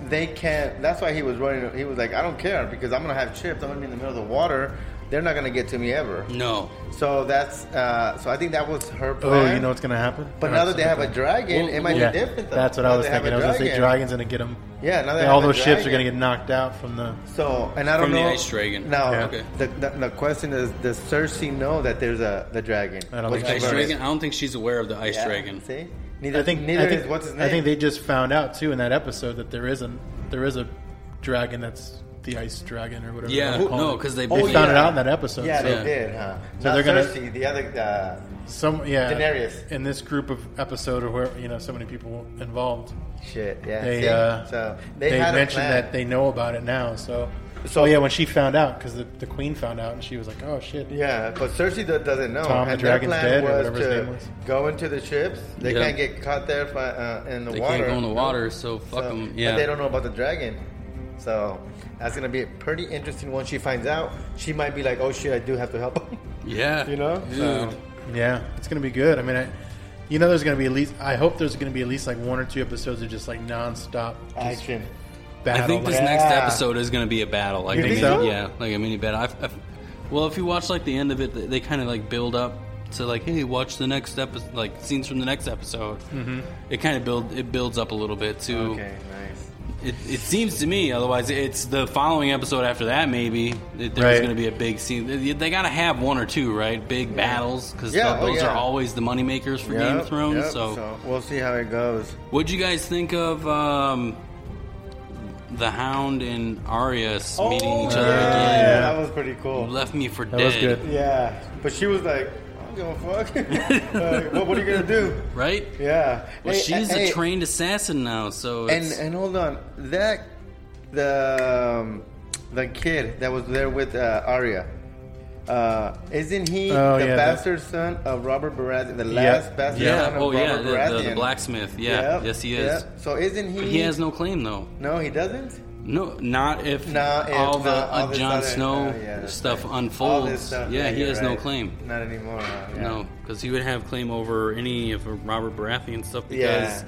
they can't. That's why he was running. He was like, I don't care because I'm gonna have chips. I'm gonna be in the middle of the water. They're not gonna get to me ever. No. So that's uh, so. I think that was her plan. Oh, you know what's gonna happen? But now that they have a dragon, Well, it might yeah, be different. Though. that's what Now I was they have thinking. I a was gonna say dragon's gonna get them. Yeah, now they all have a those ships are gonna dragon. get knocked out from the. So, and I don't From the know. ice dragon. Now, Yeah. Okay. the, the, the question is: Does Cersei know that there's a the dragon? I don't What's think Ice she the does. dragon. I don't think she's aware of the ice Yeah, dragon. See, neither. I think. neither I think, is what's his name. I think they just found out too in that episode that there isn't there is a dragon that's the ice dragon or whatever. Yeah. they wanna call No, it. because they they Oh, big- found it yeah. out in that episode. yeah, so they Yeah. did, huh? So Not they're gonna- Cersei, the other. Uh, some yeah Daenerys. in this group of episode or where you know so many people involved. shit, yeah. They see? uh, so they, they, had a mentioned plan. that they know about it now. So So Oh yeah, when she found out, because the, the queen found out, and she was like, "Oh shit!" Yeah, but Cersei do- doesn't know. Tom the and their Dragon's plan dead or was whatever his to name was. Go into the ships. They Yeah. can't get caught there fi- uh, in the They water. can't go in the water, so fuck So- them. Yeah. But they don't know about the dragon. So that's gonna be pretty interesting. Once she finds out, she might be like, "Oh shit, I do have to help." him." yeah. you know, Dude. So, Yeah, it's gonna be good. I mean, I, you know, there's gonna be at least. I hope there's gonna be at least like one or two episodes of just like nonstop just action. battle. I think this like, next Yeah. episode is going to be a battle, like You a think mini, so? yeah, like a mini battle. I've, I've, well, if you watch like the end of it, they, they kind of like build up to like, hey, watch the next episode, like scenes from the next episode. Mm-hmm. It kind of build it builds up a little bit too. Okay, nice. It, it seems to me, otherwise, it's the following episode after that. Maybe that there's Right. going to be a big scene. They, they got to have one or two, right? Big battles 'cause battles because Yeah, oh, those are yeah. always the money makers for Game Yep, of Thrones. yep, so. we'll see how it goes. What'd you guys think of um, the Hound and Arya s- meeting each other Oh, yeah, again? that was pretty cool. Left me for dead. was good. Yeah, but she was like, "I don't give a fuck. like, what, what are you gonna do?" right? Yeah. Well, Hey, she's hey, a trained assassin now, so And it's, and hold on, that the um, the kid that was there with uh, Arya, uh, isn't he Oh, the yeah, that- bastard son of Robert Baratheon? The last bastard yeah, son of oh yeah, Robert the, the, the Baratheon. blacksmith. Yeah, Yep, yes, he is. yep. So isn't he? He has no claim though. No, he doesn't. No, not if, No, if all the not all uh, this Jon other- Snow oh, yeah, that's stuff right. All unfolds. this stuff, yeah, he you're has no right. claim. Not anymore. Huh? Yeah. No, because he would have claim over any of Robert Baratheon stuff because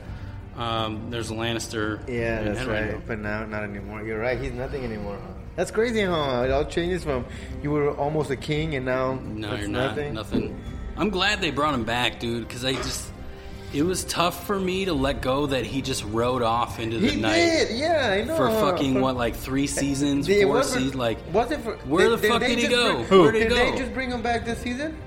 um, there's a Lannister. Yeah, in that's Henry. right. But now, not anymore. You're right. He's nothing anymore. Huh? That's crazy, huh? It all changes from you were almost a king, and now No, it's you're not. Nothing. I'm glad they brought him back, dude, because I just. It was tough for me to let go that he just rode off into the He night did. Yeah, I know. for huh? fucking For- what, like three seasons, They- four wasn't- seasons, like wasn't for- where did- the fuck they did he just go? bring- Where did he Did go? they just bring him back this season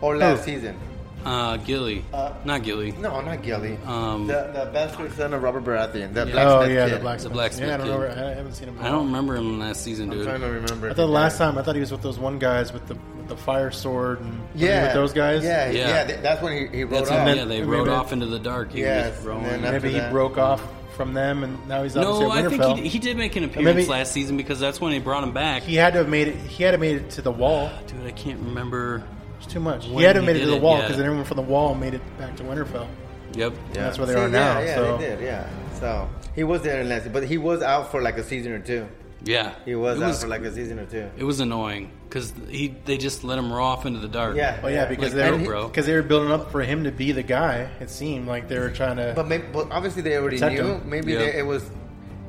or last season? uh, Gilly, not Gilly. No, not Gilly. Um, the the bastard son of Robert Baratheon. The Yeah. oh blacksmith yeah, kid. the blacksmith. blacksmith Yeah, I don't kid. remember. I haven't seen him. in a I while. don't remember him last season, I'm dude. trying to remember. I thought last time I thought he was with those one guys with the with the fire sword and Yeah, with those guys. Yeah, Yeah. yeah. th- that's when he, he rode That's off. him. then- yeah, they Maybe- rode off into the dark. He Yes, was just and rolling. then maybe after he that- broke off from them and now he's obviously No, I at think Winterfell. he, he did make an maybe- appearance last season because that's when they brought him back. He had to have made it. He had to have made it to the wall. Dude, I can't remember. It's too much. He When had to have he made it did to the it, wall yeah. because then everyone from the wall made it back to Winterfell. Yep. Yeah. That's where they See, are now. Yeah, yeah, so they did. Yeah. So he was there in last, but he was out for like a season or two. Yeah. He was, It out for like a season or two. It was annoying because he they just let him raw off into the dark. Yeah. Oh yeah, Like, because they oh, were bro. because they were building up for him to be the guy. It seemed like they were trying to. But maybe, well, obviously they already Protect knew. him. Maybe Yeah. they, it was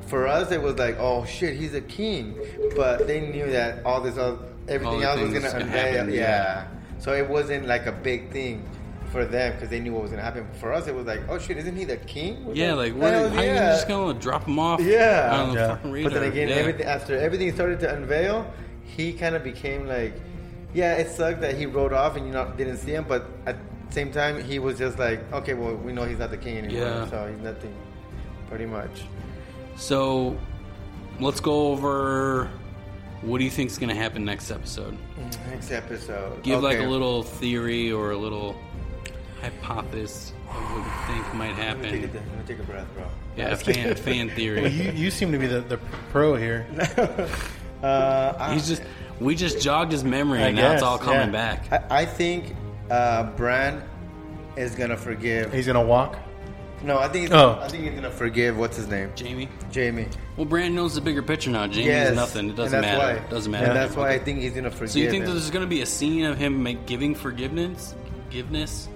for us. It was like, oh shit, he's a king. But they knew that all this, other, everything the else was things gonna gonna, unveil. happen, yeah. yeah. So it wasn't like a big thing for them because they knew what was gonna happen. For us, it was like, oh shit, isn't he the king? What Yeah, the like what, hell? how you Yeah. just gonna drop him off? Yeah. on the Yeah. fucking radar? But then again, yeah. everything, after everything started to unveil, he kind of became like, yeah, it sucked that he rode off and you not, didn't see him, but at the same time, he was just like, okay, well, we know he's not the king anymore, Yeah. so he's nothing, pretty much. So, let's go over. What do you think's gonna happen next episode? Next episode. Give like Okay. a little theory or a little hypothesis of what you think might Let me, take a, happen. di- let me take a breath, bro. Yeah, fan fan Well, theory. you, you seem to be the, the pro here. Uh, I, He's just we just jogged his memory I and now guess, it's all coming yeah. back. I, I think uh, Bran is gonna forgive. He's gonna walk. no, I think. Oh. I think he's gonna forgive. What's his name? Jamie. Jamie. Well, Brand knows the bigger picture now. Jamie Yes. is nothing. It And doesn't that's matter. Why. Doesn't And matter. that's why I think he's gonna forgive. So you think him. there's going to be a scene of him make, giving forgiveness? Forgiveness?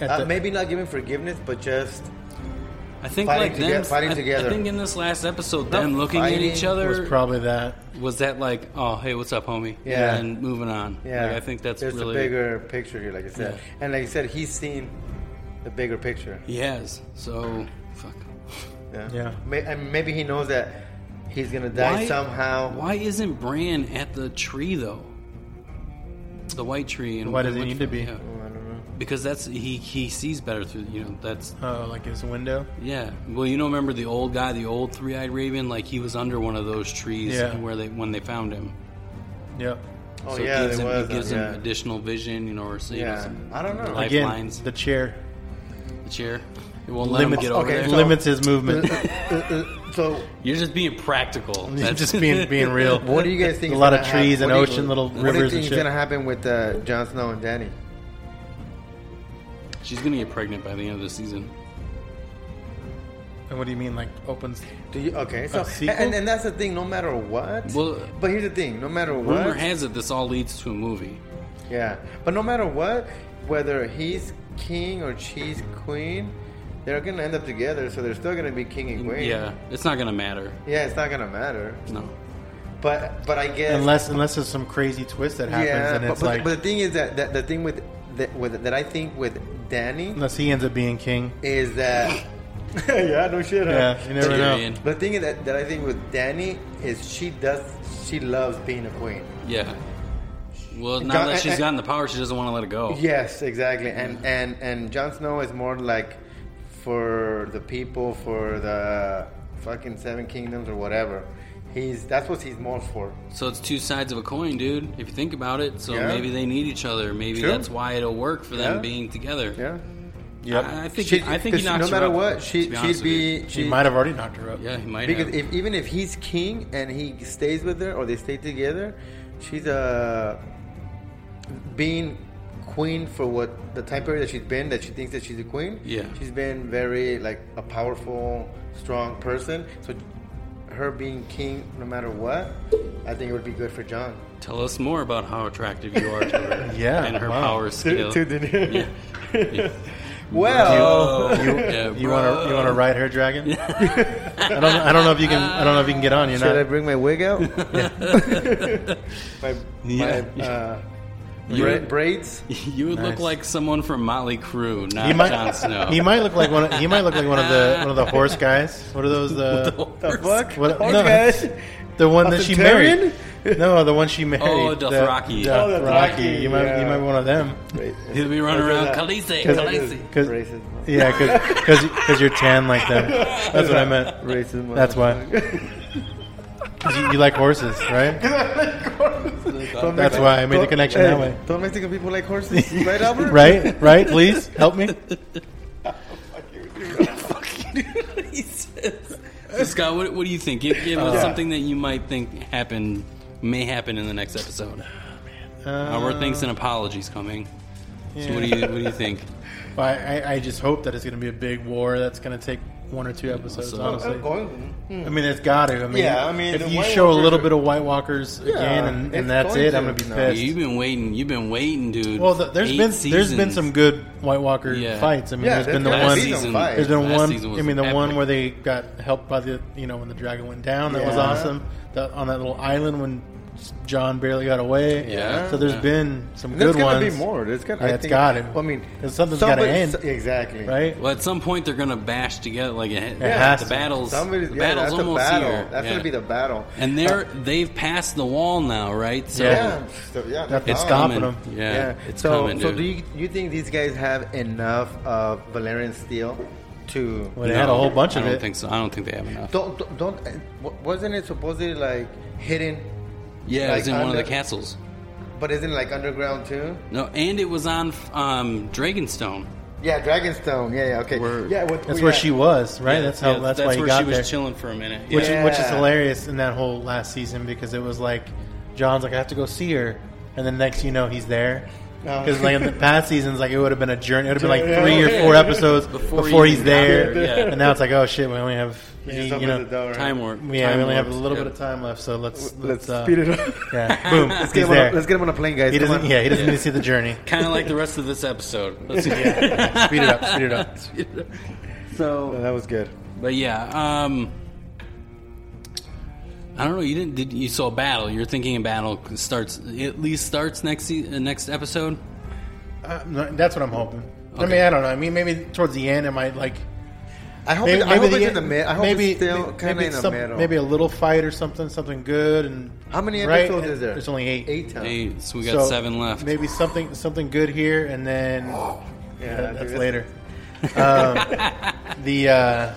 At Uh, the, maybe not giving forgiveness, but just I think Fighting like them toge- fighting I, together. I think in this last episode, Not them looking at fighting each was other was, probably that. that like, oh hey, what's up, homie? Yeah. and then moving on. yeah. like, I think that's there's really a bigger picture here, like I said, Yeah. and like I said, he's seen the bigger picture. he has. So fuck. Yeah, Yeah. May, and maybe he knows that he's gonna die somehow. Why isn't Bran at the tree though? The white tree. And Why does he need to be? Yeah. Oh, I don't know. Because that's he he sees better through you know that's Oh, like his window. Yeah. Well, you know, remember the old guy, the old three-eyed raven? Like he was under one of those trees Yeah. where they when they found him. Yep. Oh so yeah, it gives, there him, was. it gives uh, him additional vision, you know, or so you yeah, know, yeah. some I don't know. life Again, lines. the chair. The chair. It won't let him Limits- get over okay, there. so- Limits his movement. Uh, So You're just being practical. That's just being being real. What do you guys think? A is lot gonna of trees happen- and what do you- ocean, little What do you rivers think and is shit. gonna happen with uh, Jon Snow and Danny? She's gonna get pregnant by the end of the season. And what do you mean, like opens? Do you, okay, so sequel? and, and that's the thing. No matter what, Well- but here's the thing. No matter Rumor what, has it this all leads to a movie. yeah. But no matter what, whether he's king or she's queen, they're gonna end up together. So they're still gonna be king and queen. Yeah, it's not gonna matter. Yeah, it's not gonna matter. No. But but I guess Unless unless there's some crazy twist that happens, yeah. and but, it's but, like but the thing is that, that the thing with that, with that I think with Danny unless he ends up being king. is that yeah, no shit. huh? Yeah, you never know. Tyrion. The thing that, that I think with Danny is she does she loves being a queen. Yeah. Well, now Got- that she's I- I- gotten the power, she doesn't want to let it go. Yes, exactly. And and and Jon Snow is more like for the people, for the fucking Seven Kingdoms or whatever. He's that's what he's more for. So it's two sides of a coin, dude. If you think about it, so Yeah. maybe they need each other. Maybe Sure. that's why it'll work for them Yeah. being together. Yeah. I, I think. She- I think he 'cause knocks no her matter up, what, to she be honest she'd with you. be He she might have already knocked her up. Yeah, he might. because have. if, even if he's king and he stays with her or they stay together, she's uh, being queen for what the time period that she's been that she thinks that she's a queen. Yeah. she's been very like a powerful, strong person. So her being king, no matter what, I think it would be good for John. Tell us more about how attractive you are to her. Yeah, and her wow. power scale. yeah. Yeah. Well, Oh, yeah, You bro. want to you want to ride her dragon? I don't I don't know if you can I don't know if you can get on. You're should I not. bring my wig out? my Yeah. my uh, You- bra- braids. You would look Nice. like someone from Motley Crue, not He might, Jon Snow. he might look like one. Of, he might look like one of the one of the horse guys. What are those? uh, The The fuck? What- Horse no. guys? the one A that she centurion? married. No, the one she married. Oh, the- Dothraki. Dothraki. Oh, Dothraki, You might yeah. you might be one of them. He'll be running around, Khaleesi, Khaleesi. Cause, Racist. yeah, because because you're tan like them. That's what I meant. Racist. That's why. 'Cause you, you like horses, right? Don't That's Mexican- why I made the don't- connection hey, that way. Don't Mexican people like horses, right, Albert? Right, right. Please help me. So, Scott, what, what do you think? Give, give Uh, us something that you might think happen may happen in the next episode. Uh, Albert thinks an apology's coming. So what do you what do you think? But I, I- I just hope that it's going to be a big war that's going to take one or two episodes. So- honestly, I'm going. Hmm. I mean, it's got to. I mean, Yeah, I mean, the if you White show a Walkers little are- bit of White Walkers again, and, it's and that's going it, I'm to. gonna be No. pissed. You've been waiting. You've been waiting, dude. well, th- there's Eight been there's been seasons. some good White Walker Yeah. fights. I mean, Yeah, there's been the there's one. been season fight. There's been Last one. season I was mean, the one epic. where they got helped by the you know when the dragon went down. That was Yeah. awesome. The, on that little island when John barely got away. Yeah. So there's Yeah. been some There's good gonna ones. be more. There's gonna. Yeah, I it's think- got it. Well, I mean, And something's gotta somebody's- end. Exactly. right? Well, at some point they're gonna bash together. Like it, has the to. battles. Somebody's. the Yeah, battles that's a almost battle. here. That's Yeah. gonna be the battle. And they're they've passed the wall now, right? So Yeah. Yeah. so- yeah That's that's the all. stop. coming. Stopping 'em. Yeah, it's so, coming, so dude. do you, you think these guys have enough of Valerian steel to? Well, they had a whole bunch of I don't it. think so. I don't think they have enough. Don't don't- don't. uh, wa- Wasn't it supposedly like hidden? Yeah, it was in Like, one of the under- castles. But isn't it like underground too? No, and it was on um, Dragonstone. Yeah, Dragonstone. Yeah, yeah, okay. Where- yeah, what, That's yeah. where she was, right? that's how. Yeah, that's, why he where got she was there. chilling for a minute. which, Yeah. Yeah. which is hilarious in that whole last season because it was like John's like I have to go see her, and then next you know he's there. No. Because like in the past seasons, like it would have been a journey. It would have been like Yeah. three or four episodes Before before, he he's even got there, there, yeah. and now it's like oh shit, we only have He just you, opens know the door. time warp. yeah, time we only have a warps, little yeah. bit of time left, so let's Let's let's, uh, speed it up. Yeah, boom, Let's get he's him, on, a- let's there. get him on a plane, guys. He Come doesn't. on. Yeah, he doesn't need to see the journey. Kind of like the rest of this episode. Let's- Speed it up. Speed it up. So that was good. But yeah, um, I don't know. You didn't. Did you saw battle? You're thinking a battle starts at least starts next se- uh, next episode. Uh, no, that's what I'm hoping. I mean, I don't know. I mean, maybe towards the end, it might like I hope, maybe, it, I hope maybe it's the- in the middle. I hope maybe it's still maybe kind of in the some- middle. Maybe a little fight or something, something good. And How many right? episodes is there? There's only eight. Eight times. Eight, so we got So seven left. Maybe something something good here, and then Oh, Yeah, that- dude, that's later. um, the uh,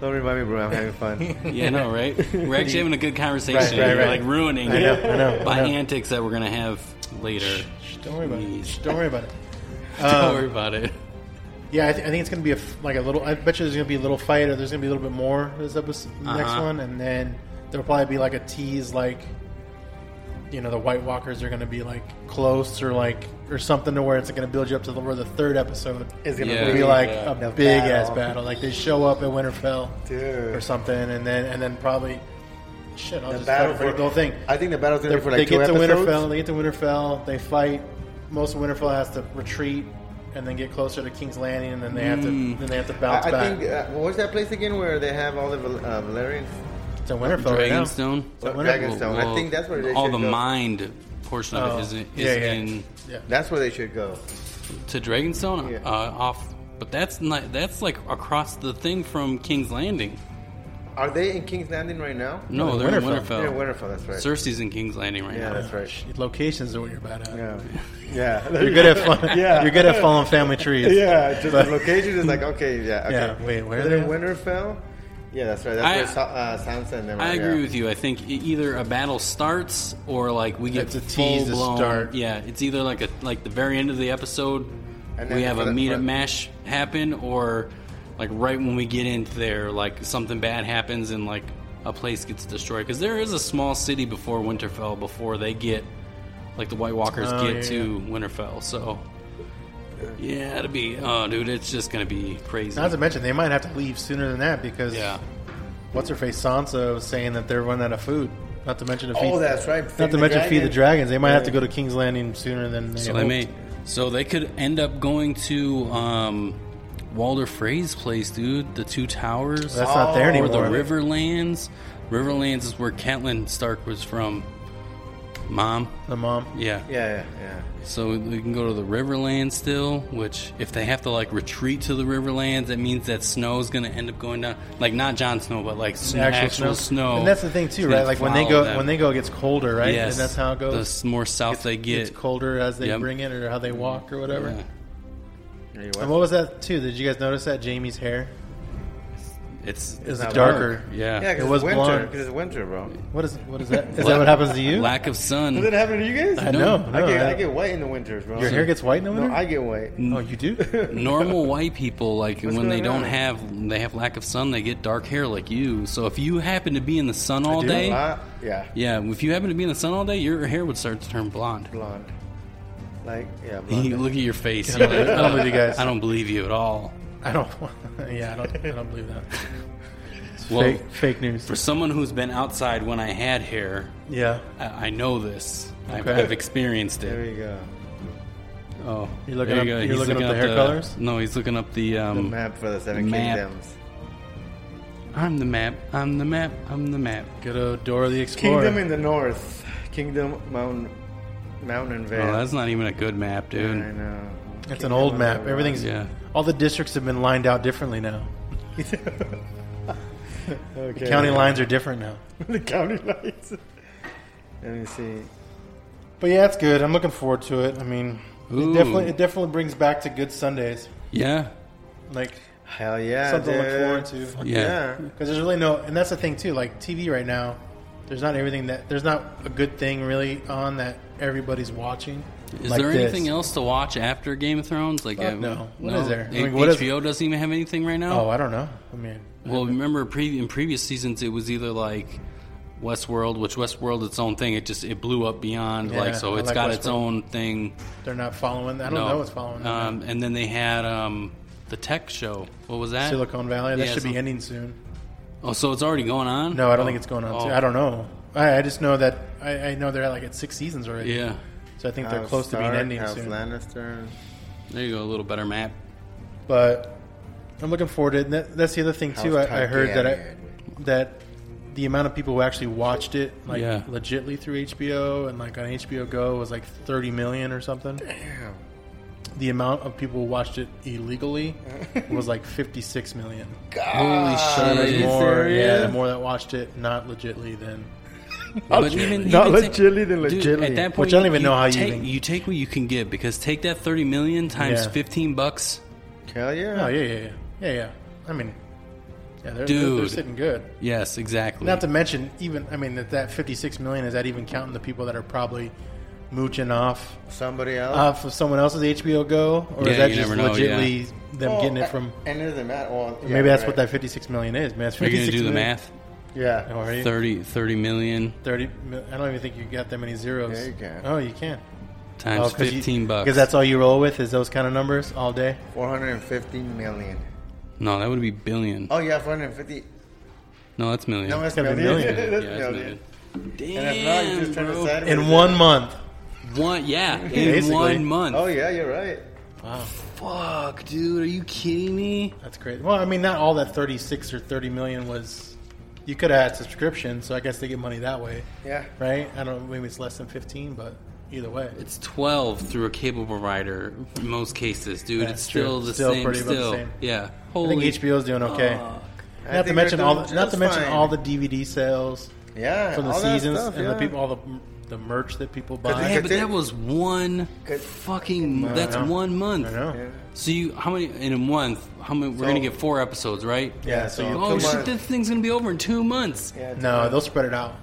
Don't remind me, bro. I'm having fun. Yeah, no, right? We're actually having a good conversation. Right, right, You're right. like ruining I it know, I know, I by know. antics that we're gonna have later. shh, don't worry about it. Jeez. Shh, Don't worry about it. Don't Um, worry about it. Yeah, I, th- I think it's going to be a f- like a little. I bet you there's going to be a little fight, or there's going to be a little bit more this episode, next Uh-huh. one, and then there'll probably be like a tease, like you know, the White Walkers are going to be like close, or like or something, to where it's going to build you up to the where the third episode It's gonna Yeah. be like the- a the big ass battle. battle. Like they show up at Winterfell Dude. or something, and then and then probably shit. I'll The just battle battle for the whole thing. I think the battle's gonna They're- be for like they two get to episodes. Winterfell. They get to Winterfell. They fight. Most of Winterfell has to retreat and then get closer to King's Landing, and then they have to Hmm. then they have to bounce I, I back think uh, what was that place again where they have all the Val- uh, Valerians? to Winterfell. right now. Dragonstone. So Well, Winterfell- Dragonstone. I think that's where they all should the go. mind portion of it is, is Oh, yeah, yeah. in yeah. That's where they should go. to Dragonstone Yeah. uh, off, but that's not, that's like across the thing from King's Landing. Are they in King's Landing right now? No, No, they're in Winterfell. Winterfell. They're in Winterfell. That's right. Cersei's in King's Landing right yeah, now. that's right. Shit, Locations are what you're bad at. Yeah, yeah. You're good at fun, Yeah. You're good at falling family trees. Yeah, just But- the location is like okay, yeah, okay. Yeah, wait, where They're are in Winterfell. Yeah, that's right. I- That's where Sa- uh, Sansa and them. I are, agree yeah. with you. I think e- either a battle starts or like we get It's a tease to full-blown- start. Yeah, it's either like a like the very end of the episode And then we have for a the- meet for- up mash happen, or like right when we get into there, like something bad happens and like a place gets destroyed. Because there is a small city before Winterfell before they get like the White Walkers Oh, get yeah, to Winterfell. So yeah, it'll be oh dude, it's just gonna be crazy. Not to mention they might have to leave sooner than that because yeah. what's her face Sansa was saying that they're running out of food. Not to mention to feed, Oh, that's right. not Feed to the mention feed the dragon. dragons. They might have to go to King's Landing sooner than they So they hoped. may. So they could end up going to um, Walder Frey's place, dude. The Two Towers, That's not Oh. there or anymore. the Riverlands. Riverlands is where Catelyn Stark was from. Mom, The mom. yeah. Yeah, yeah, So we can go to the Riverlands still. Which, if they have to like retreat to the Riverlands, that means that snow's going to end up going down. Like not Jon Snow, but like sn- actual, snow. And that's the thing too, right? Like when they go, when they go, it gets colder, right? yes, And that's how it The goes. s- more south they get, It's colder as they Yep. Mm-hmm. bring it, or how they walk, or whatever. yeah. yeah. And what was that too? Did you guys notice that Jamie's hair it's is not darker? yeah, Yeah, It because was it's winter. blonde. Because it's winter, bro. What is what is that? Is that what happens to you? Lack of Does it sun. happen to you guys? I know. I, no, get, I- I get white in the winters, bro. your hair gets white in the winter. No, I get white. oh, you do. Normal white people, like when they going don't on? have they have lack of sun, they get dark hair like you. So if you happen to be in the sun all do. day, Uh, yeah, yeah, if you happen to be in the sun all day, your hair would start to turn blonde. blonde. Like yeah, You blonde. look at your face. You're like, I don't believe you guys. I don't believe you at all. I don't. Yeah, I don't. I don't believe that. Well, fake, fake news. for someone who's been outside when I had hair, yeah, I, I know this. I've, Okay. I've experienced there it. you go. Oh, You're looking there up- you go. you're He's looking up the hair colors? No, he's looking up the The um. map for the Seven map. Kingdoms. I'm the map. I'm the map. I'm the map. good old Dora the Explorer. Kingdom in the north. Kingdom Mount Mountain Vale. Oh, that's not even a good map, I dude. know. it's an old map. Everything's Yeah. all the districts have been lined out differently now. Okay. County lines are different now. the county lights. Let me see. But yeah, it's good. I'm looking forward to it. I mean, Ooh. it definitely it definitely brings back to good Sundays, Yeah, like Hell yeah, something to dude. look forward to. yeah, Yeah. Because there's really no, and that's the thing too. Like TV right now, there's not everything that there's not a good thing really on that everybody's watching. Is like there this. anything else to watch after Game of Thrones? Like, Fuck uh, no. What is there? I H- mean, what is- HBO doesn't even have anything right now. Oh, I don't know. I mean, well, remember pre- in previous seasons, it was either like Westworld, which Westworld its own thing. It just it blew up beyond Yeah, like so I it's like got its Westworld. own thing. they're not following. I don't know what's following. that. Um, and then they had um, the tech show. What was that? Silicon Valley. That yeah, should so- be ending soon. oh, so it's already going on? No, I don't think it's going on. Oh. Too. I don't know. I, I just know that I, I know they're at like at six seasons already. Yeah, So I think they're House close to being Stark, ending House soon. Lannister. there you go. A little better map. But I'm looking forward to it. And that, that's the other thing too. House I, I heard that I, Targaryen. that the amount of people who actually watched it, like Yeah. legitly through HBO and like on HBO Go, was like 30 million or something. Damn. The amount of people who watched it illegally was like 56 million. Ah. Holy There's shit! more, yeah, serious? the more that watched it not legitly than Oh, But even, Not even ta- legitly, then Dude, legitly. at that point, Which I don't even know how you take, even- you take what you can get because take that thirty million times Yeah. fifteen bucks. Hell yeah. Oh yeah, yeah, yeah, yeah, yeah. I mean, yeah, they're, they're, they're Dude. sitting good. Yes, exactly. Not to mention, even I mean that that fifty six million is that even counting the people that are probably mooching off Somebody else. off of someone else's HBO Go, or Yeah, is that you just never know, legitly them Well, getting it a- from? Oh, And it doesn't matter. Well, yeah, Maybe that's right. what that fifty-six million is, man. It's Are you going to 56 do the million. math? Yeah. Oh, are you? 30, 30 million 30 mil- I don't even think you got that many zeros. Yeah, you can. Oh, you can. Oh, times 15 bucks. Because that's all you roll with is those kind of numbers all day. 450 million. no, that would be billion. Oh, yeah, 450. No, that's million. No, that's gotta million. be million. That's yeah, that's million. million. Damn, And if not, you just turn bro. the side. In one month. One, yeah, in Basically. one month. Oh, yeah, you're right. Wow. Fuck, dude, are you kidding me? That's crazy. Well, I mean, not all that 36 or 30 million was. You could have had subscription, so I guess they get money that way, Yeah. right? I don't maybe it's less than 15, but either way. It's twelve through a cable provider in most cases, dude. That's it's still true. the Still same. pretty about the still, same. yeah. I Holy think HBO's doing okay. I Not think to they're mention all doing the, not to just mention fine. all the DVD sales Yeah. from the all that seasons stuff, and the yeah. people all the the merch that people they buy. Yeah, could but take- that was one could- fucking. I That's know. one month. uh, I know. Yeah. So you, how many in a month? How many? We're So- gonna get four episodes, right? Yeah, so you Oh two shit! months. This thing's gonna be over in two months. Yeah, two No, months. they'll spread it out.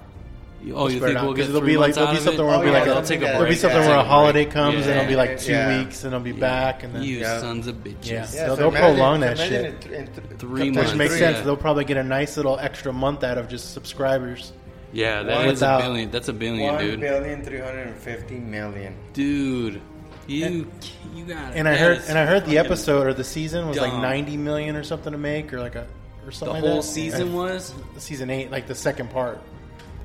Oh, you spread it think out, we'll get 'cause it'll three be months like- there'll out be of something it? where it'll be like a- they'll Oh, take a break. there'll There'll be Yeah, something it's where a like holiday break. comes and Yeah. it'll be like two Yeah. weeks and it'll be back and then You Yeah. sons of bitches. Yeah. Yeah, they'll- they'll prolong that imagine shit. it th- in th- Three th- months. which makes Three, sense. yeah. They'll probably get a nice little extra month out of just subscribers. Yeah, that One is a without- billion. That's a billion, One dude. billion three hundred and fifty million. Dude, you you got. And I that heard is and I heard the fucking- episode or the season was like dumb. 90 million or something to make or like a or The something like whole that. season was. Yeah. season 8 like the second part.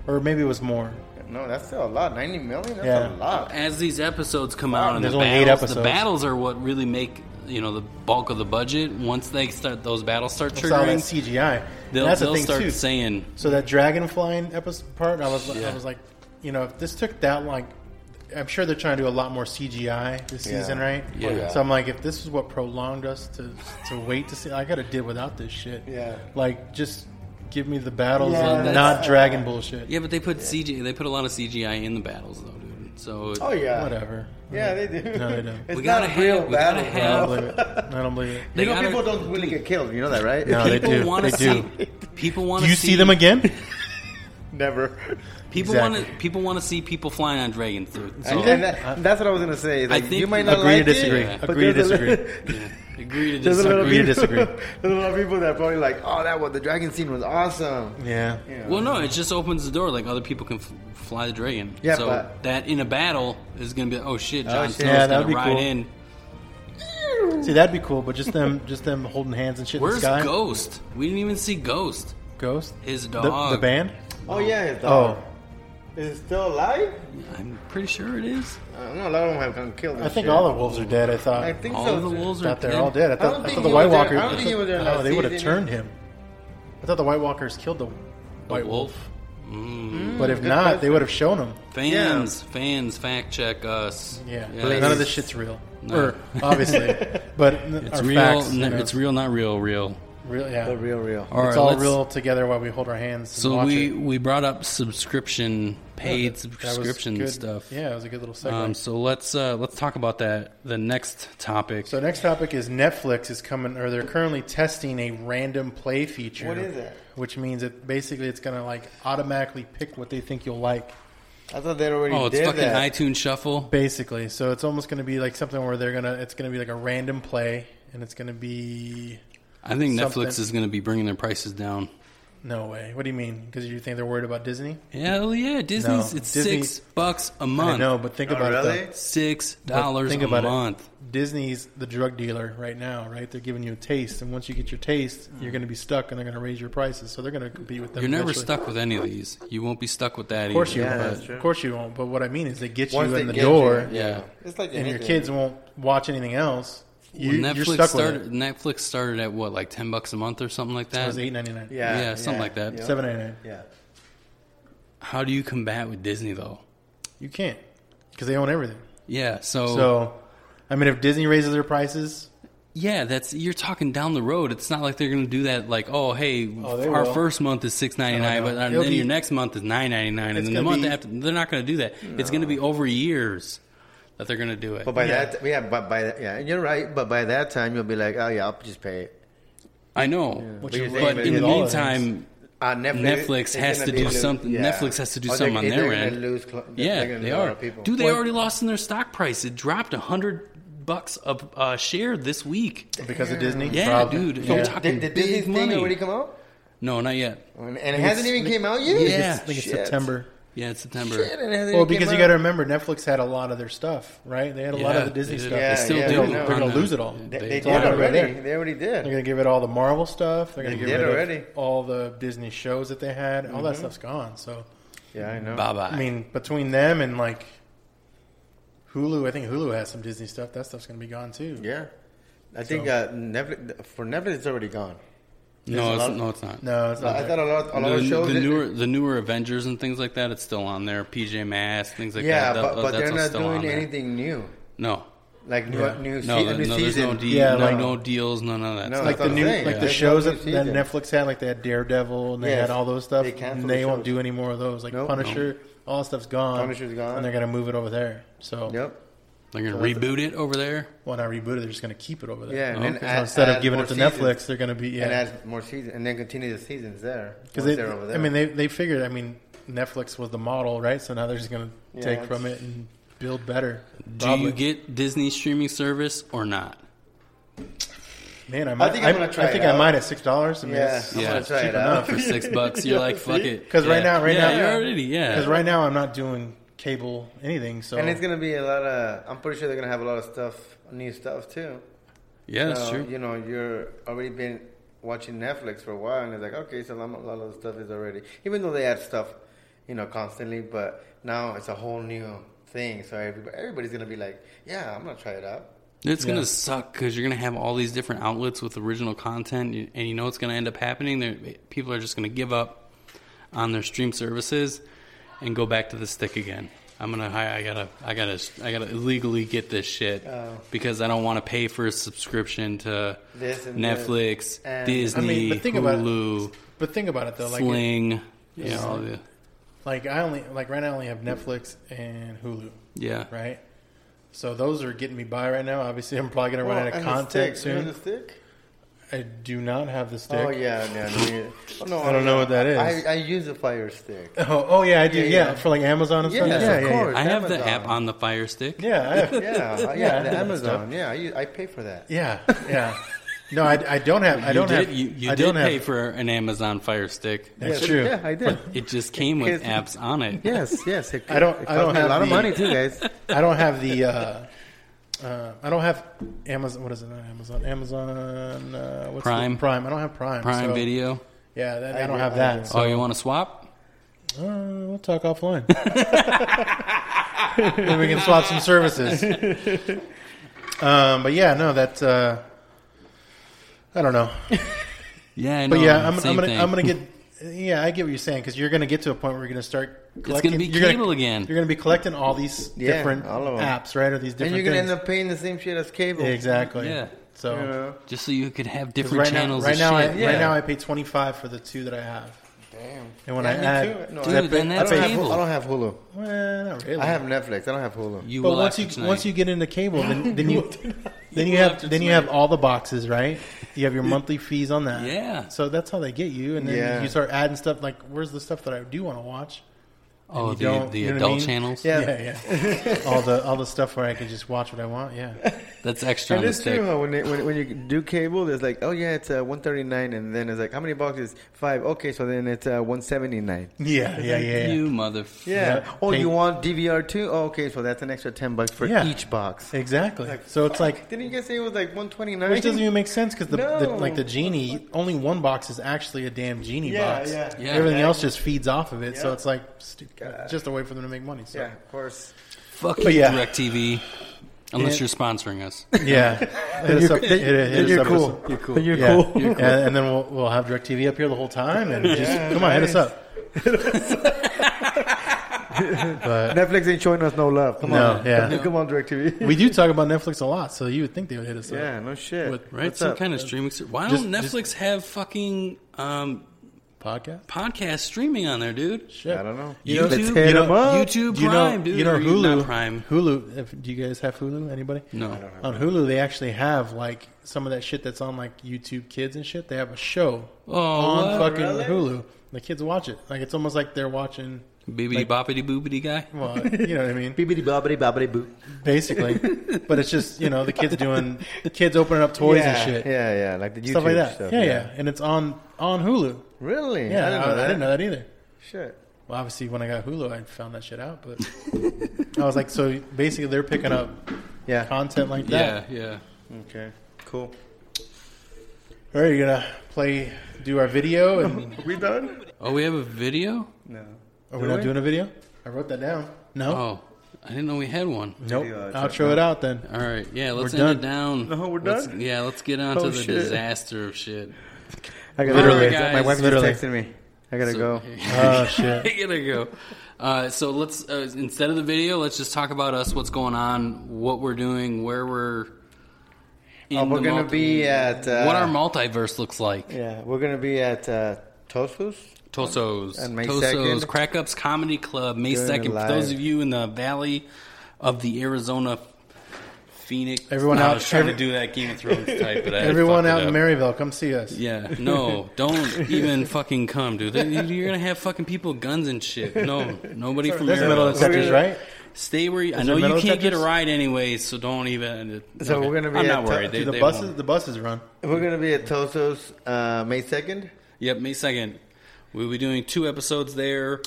Or maybe it was more. No, that's still a lot. Ninety million. That's a Yeah. lot. As these episodes come out, and There's the only eight battles, the episodes. battles are what really make you know the bulk of the budget. Once they start those battles start It's all that triggering, CGI. And they'll, that's they'll the thing start too. saying So that dragon flying episode part, I was Yeah. I was like, you know, if this took that long, I'm sure they're trying to do a lot more CGI this Yeah. season, right? Yeah. Oh, yeah. So I'm like, if this is what prolonged us to to wait to see, I gotta deal without this shit. Yeah. Like just give me the battles Yeah, and that's- not dragon bullshit. Yeah, but they put CG. They put a lot of CGI in the battles, though, dude. So Oh yeah. Whatever. Yeah, they do. No, they don't. It's We gotta not a have- real we gotta I have- battle. don't bro. believe it. I don't believe it. they You know, gotta- people don't really get killed. You know that, right? No, Oh, they people do. wanna They see. do. People want Do to. you see them again? Never. People Exactly. want to. People want to see people flying on dragons. Dude. So, And- and that- that's what I was gonna say. Like, think- you might not Agree to like disagree. it. but Agree to there's a li- disagree. yeah. agree to There's a disagree. little Agree to people. disagree. There's a lot of people that are probably like, oh, that was the dragon scene was awesome. yeah. You know. Well, no, it just opens the door. Like other people can f- fly the dragon. Yeah, so but- that in a battle is gonna be. Oh shit! Jon shit. Snow's Yeah, that'd gonna be ride cool. in. See, that'd be cool, but just them, just them holding hands and shit Where's in the sky. Ghost? We didn't even see Ghost. Ghost? His The- dog. The, band? Oh yeah, it's Oh, Is it still alive? I'm pretty sure it is. I don't know. Uh, A lot of them have gotten killed. and I think shit. all the wolves are dead. I thought. I think All so. of the wolves thought are they're dead. all dead. I I don't thought, I think thought the he White was there. I Walkers. don't think he was there oh, last they would have season. turned him. I thought the White Walkers killed the The White Wolf, wolf. Mm. Hmm, but if not, they would have shown him. Fans, fans, fact check us. Yeah, Yes. none of this shit's real. No. Or obviously, but it's It's our real. Facts, n- you know, It's real, not real. Real. real. Yeah, The real, real. All it's right, all let's- real together while we hold our hands. And So watch we it. we brought up subscription, That paid was subscription good. stuff. Yeah, it was a good little segment. Um, so let's uh, let's talk about that. The next topic. so next topic is Netflix is coming, or they're currently testing a random play feature. What is that? Which means that basically it's going to like automatically pick what they think you'll like. I thought they already oh, it's did fucking that. iTunes Shuffle. Basically, so it's almost going to be like something where they're gonna. It's going to be like a random play, and it's going to be I think something. Netflix is going to be bringing their prices down. no way. What do you mean? Because you think they're worried about Disney? Hell yeah, Disney's No, it's Disney- six bucks a I month. know, but think Oh, about really? it. Though. Six But dollars think a about it. month. Disney's the drug dealer right now, right? They're giving you a taste, and once you get your taste, you're going to be stuck, and they're going to raise your prices. So they're going to compete with them. Hmm. You're never eventually. stuck with any of these. You won't be stuck with that. Of course either. you Yeah, that's won't. true. Of course you won't. But what I mean is, they get Once you they in the get you, door, Yeah. It's like and your anything. kids won't watch anything else. You, When you're Netflix stuck started, with it. Netflix started at what, like ten bucks a month or something like It that. was eight ninety nine. Yeah, Yeah, something like that. yeah. seven ninety nine. Yeah. How do you combat with Disney though? You can't because they own everything. Yeah, so, So, I mean, if Disney raises their prices, yeah, that's you're talking down the road. It's not like they're going to do that. Like, oh, hey, they our will. Oh, first month is six ninety nine, No, but no. then It'll be- your next month is nine ninety nine, and It's then the gonna month be- after, they're not going to do that. It's going to be over years that they're going to do it. But by Yeah. that, yeah, but by that, yeah, you're right. But by that time, you'll be like, oh yeah, I'll just pay it. I know, Which but, is- in with the all of meantime, Uh, Netflix, Netflix is has gonna to be do lo- something. yeah. Netflix has to do Or something on they're, their they're gonna end. Lose cl- they're yeah, gonna they lose a lot are. of people. Dude, they already lost in their stock price. It dropped a hundred bucks a a share this week. because of Disney. Yeah, Probably. dude. Yeah. You're talking did, did big Disney's money. thing already come out? no, not yet. And, and it hasn't even came out yet. Yeah. I think it's Shit. September. Yeah, it's September. Shit, and it hasn't Well, even because came you got to out. remember, Netflix had a lot of their stuff, right? They had a lot Yeah, of the Disney they stuff. did. Yeah, they still yeah, do. no, they're no. on going the- to lose it all. They, They they did did already. already. They already did. They're going to get rid of all the Marvel stuff. They're going They to get did rid already. Mm-hmm. of all the Disney shows that they had. All that stuff's gone. So, Yeah, I know. Bye bye. I mean, between them and like Hulu, I think Hulu has some Disney stuff. That stuff's going to be gone too. Yeah, I think uh, Netflix for Netflix it's already gone. no, there's a it's, lot- no, it's not. No, it's not. I thought a lot, a lot the, of shows. the that- newer the newer Avengers and things like that, it's still on there. PJ Masks, things like yeah, that. that- but, but that's they're all not still on doing there. anything new, No, like new, Yeah. new, no, se- there- new no there's season. no, de- Yeah, no, like- no deals, no, none of that. No, stuff. like the That's what new, I'm saying. like the There's shows no that, new that season. Netflix had, like they had Daredevil and they Yes. had all those stuff. They canceled they the won't shows. do any more of those. Like Nope. Punisher, all that stuff's gone. Punisher's gone. and they're gonna move it over there. So Yep. They're gonna reboot it over there. when I reboot it, they're just gonna keep it over there. Yeah, and then So add- instead of add giving more it to seasons. Netflix, they're gonna be and yeah. add more seasons, and then continue the seasons there. once Because they, they're over I there. mean, they they figured. I mean, Netflix was the model, right? So now they're just gonna Yeah, take it's- from it and build better. Do Probably. you get Disney streaming service or not? Man, I, might, think I'm I- gonna try I think it I out. might at six dollars. I mean, yeah, it's- I'm Yeah. gonna try cheap it out. For six bucks, you're like, fuck it. 'Cause right now- right yeah, now- you're already, yeah. Because right now I'm not doing cable anything. So And it's gonna be a lot of. I'm pretty sure they're gonna have a lot of stuff, new stuff too. yeah, that's So, true. You know, you're already been watching Netflix for a while, and it's like, okay, so a lot a lot of the stuff is already. Even though they add stuff, you know, constantly, but now it's a whole new thing. So everybody, everybody's gonna be like, yeah, I'm gonna try it out. It's Yeah. gonna suck because you're gonna have all these different outlets with original content, you- and you know what's gonna end up happening. There, people are just gonna give up on their stream services and go back to the stick again. I'm gonna, I, I gotta, I gotta, I gotta illegally get this shit Oh. because I don't want to pay for a subscription to This and Netflix, this. And- Disney, I mean, but think about it. Hulu, But think about it though, like it- Sling. Yeah, all the, like I only like right now I only have Netflix and Hulu, yeah. right? So those are getting me by right now. Obviously, I'm probably gonna run Well, out of and the content stick. You know soon. the stick? I do not have the stick. Oh yeah, yeah, yeah. Oh, no, I don't know what that is. I, I use a Fire Stick. Oh, oh, yeah, I do. Yeah, Yeah, yeah. for like Amazon and Yes, stuff. of Yeah, yeah, yeah. course. I have the Amazon. app on the Fire Stick. Yeah, I have, Yeah, yeah, Yeah, the I know that Amazon. Yeah, I, use, I pay for that. yeah, yeah. No, I, I don't have. I don't you did, have. You, you I did don't pay have. for an Amazon Fire Stick. That's Yes, true. Yeah, I did. It just came with apps on it. Yes, yes. It, I don't- It I cost don't me have a lot of the- money too, guys. I don't have the. Uh, uh, I don't have Amazon. What is it? Not Amazon. Amazon. Uh, what's the- Prime. Prime. I don't have Prime. Prime so- Video. Yeah, that, I, I don't do, have I that. do. So oh, you want to swap? uh, we'll talk offline. then we can swap some services. Um, but yeah, no, that's. Uh, I don't know. Yeah, I know. But yeah, I'm, same I'm gonna thing. I'm gonna get. Yeah, I get what you're saying because you're gonna get to a point where you're gonna start. gonna Collecting, be you're cable again. You're gonna be collecting all these Yeah, different all of 'em. apps, right? Or these And different. you're gonna things. end up paying the same shit as cable. exactly. Yeah. So You know? just so you could have 'cause different right now, channels. right of now, I, shit. right Yeah. now I pay 25 for the two that I have, Damn. and when Yeah, I me add, too. No, does Dude, that pay- then I that's don't, have, cable. I don't have Hulu. well, not really. I have Netflix. I don't have Hulu. you But will once you after once tonight. you get into cable, then, then you then you will have after then you tonight. have all the boxes, right? You have your monthly fees on that. Yeah. So that's how they get you, and then Yeah. you start adding stuff like, "Where's the stuff that I do want to watch?" oh you the, don't- the you know what I adult mean? channels. Yeah. Yeah, yeah. all the all the stuff where I can just watch what I want. Yeah, That's extra And on the it's stick. true. Huh? When, they, when when you do cable, it's like, oh yeah, it's uh, one thirty nine, and then it's like, how many boxes? Five. Okay, so then it's uh, one seventy nine. yeah, yeah, yeah. yeah. You motherfucker. Yeah. Yeah. Oh, Pay- you want DVR too? Oh, okay, so that's an extra ten bucks for Yeah. each box. Exactly. so it's like, Didn't you guys say it was like one twenty nine? which doesn't even make sense because the, the No. like the genie, only one box is actually a damn genie Yeah, box. yeah. Yeah. Everything else just feeds off of it. So Yeah. it's like stupid. Just a way for them to make money. So. Yeah, of course. Fuck But you, yeah. DirecTV. Unless Yeah. you're sponsoring us. Yeah, hit us up. Hit, hit us you're up with cool. some- You're cool. You're yeah. cool. And, and then we'll we'll have Directv up here the whole time, and just come on, hit us nice. up. but Netflix ain't showing us no love. Come No, on, yeah. come on, Directv. we do talk about Netflix a lot, so you would think they would hit us yeah, no shit. With- Right? What's Some up? kind of streaming. ser- Why Just- don't just- Netflix have fucking um, up. Podcast. podcast streaming on there, dude? Shit. I don't know. You know, know- let's you hit know- 'em up. YouTube Do you Prime, know, dude. you know or not Hulu. Prime. Hulu. If, do you guys have Hulu? Anybody? No. On Hulu, they actually have like some of that shit that's on like YouTube Kids and shit. They have a show Oh, on what? fucking Hulu. The kids watch it. Like it's almost like they're watching. Bibbidi boppity boobity guy. Well, you know what I mean. Bibbidi bobbidi bobbidi boo. Basically, but it's just you know the kids doing the kids opening up toys yeah, and shit, Yeah, yeah, like the YouTube stuff like that. stuff, yeah, yeah, and it's on on Hulu. Really? Yeah, I didn't know that. either. Shit. Well, obviously, when I got Hulu, I found that shit out. But I was like, so basically, they're picking up Yeah. content like Yeah, that. yeah. Okay. Cool. All right, you're gonna play, do our video, and We done? Oh, we have a video? No. are we not we? doing a video? I wrote that down. No, Oh, I didn't know we had one. nope. Video, it's Outro it out then. All right, yeah, let's We're end it down. No, we're Let's- done? Yeah, let's get on to Oh, the shit. disaster of shit. I gotta Literally, literally. guys, my wife literally. just texted me. I gotta go. Oh shit. I gotta go. Uh, so let's uh, instead of the video, let's just talk about us, what's going on, what we're doing, where we're. In Oh, Uh, we're the gonna multi- be at, uh, what our multiverse looks like. Yeah, we're gonna be at uh, Tosu's. Tosos, And May Tosos, 2nd. Crack Ups Comedy Club, May Doing it second. For live. those of you in the Valley of the Arizona Phoenix, Everyone No, I out- was trying every- to do that Game of Thrones type, but I Everyone fucked it out in up. Maryville, come see us. Yeah, no, don't even fucking come, dude. They- You're gonna have fucking people with guns and shit. No, nobody from That's Maryville. middle of the We're Tetris, gonna- right? Stay where you. I know there you metal can't get a detectors? ride anyway, so don't even. So we're gonna be I'm at not Tel- worried. to They, Dude, the they buses, won't. the buses run. We're gonna be at Tosu's uh, May second. Yep, May second. We'll be doing two episodes there.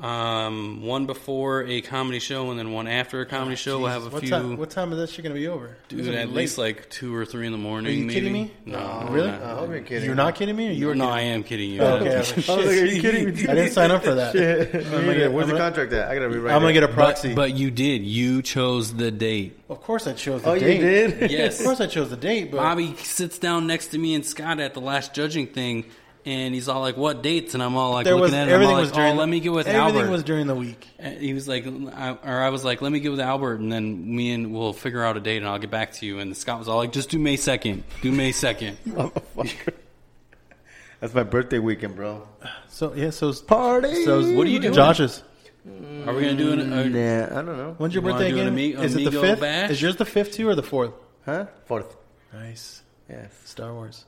Um, one before a comedy show, and then one after a comedy show. We'll have a what few. Time, what time is Ah, that shit gonna be over? It's dude, gonna be at late. least like two or three in the morning. Are you maybe. kidding me? No, Really? Oh, I hope you're kidding. You're not kidding me. Or you were No, I am kidding you. okay. I was like, I was like, shit. are you kidding me? I didn't sign up for that. Shit. I'm gonna get- Where's the I'm gonna- contract at? I gotta rewrite. I'm gonna get a But, proxy. but you did. You chose the date. of course, I chose the Oh, you date. did? Yes. Of course, I chose the date. But Bobby sits down next to me and Scott at the last judging thing, and he's all like, "What dates?" And I'm all like, there looking was at him, everything I'm all was like, during. "Oh, the- let me get with everything Albert." was during the week. And he was like, I, or I was like, "Let me get with Albert," and then me and we'll figure out a date, and I'll get back to you. And Scott was all like, "Just do May second. Do May 2nd. Motherfucker. That's my birthday weekend, bro. So yeah, so it's- Party. so it's- What are you doing? Josh's. Are we gonna do an? Uh, Yeah, I don't know. When's your You wanna birthday do an again? ami- Is it the amigo fifth? bash? Is yours the fifth too or the fourth? Huh? Fourth. Nice. Yes. Star Wars.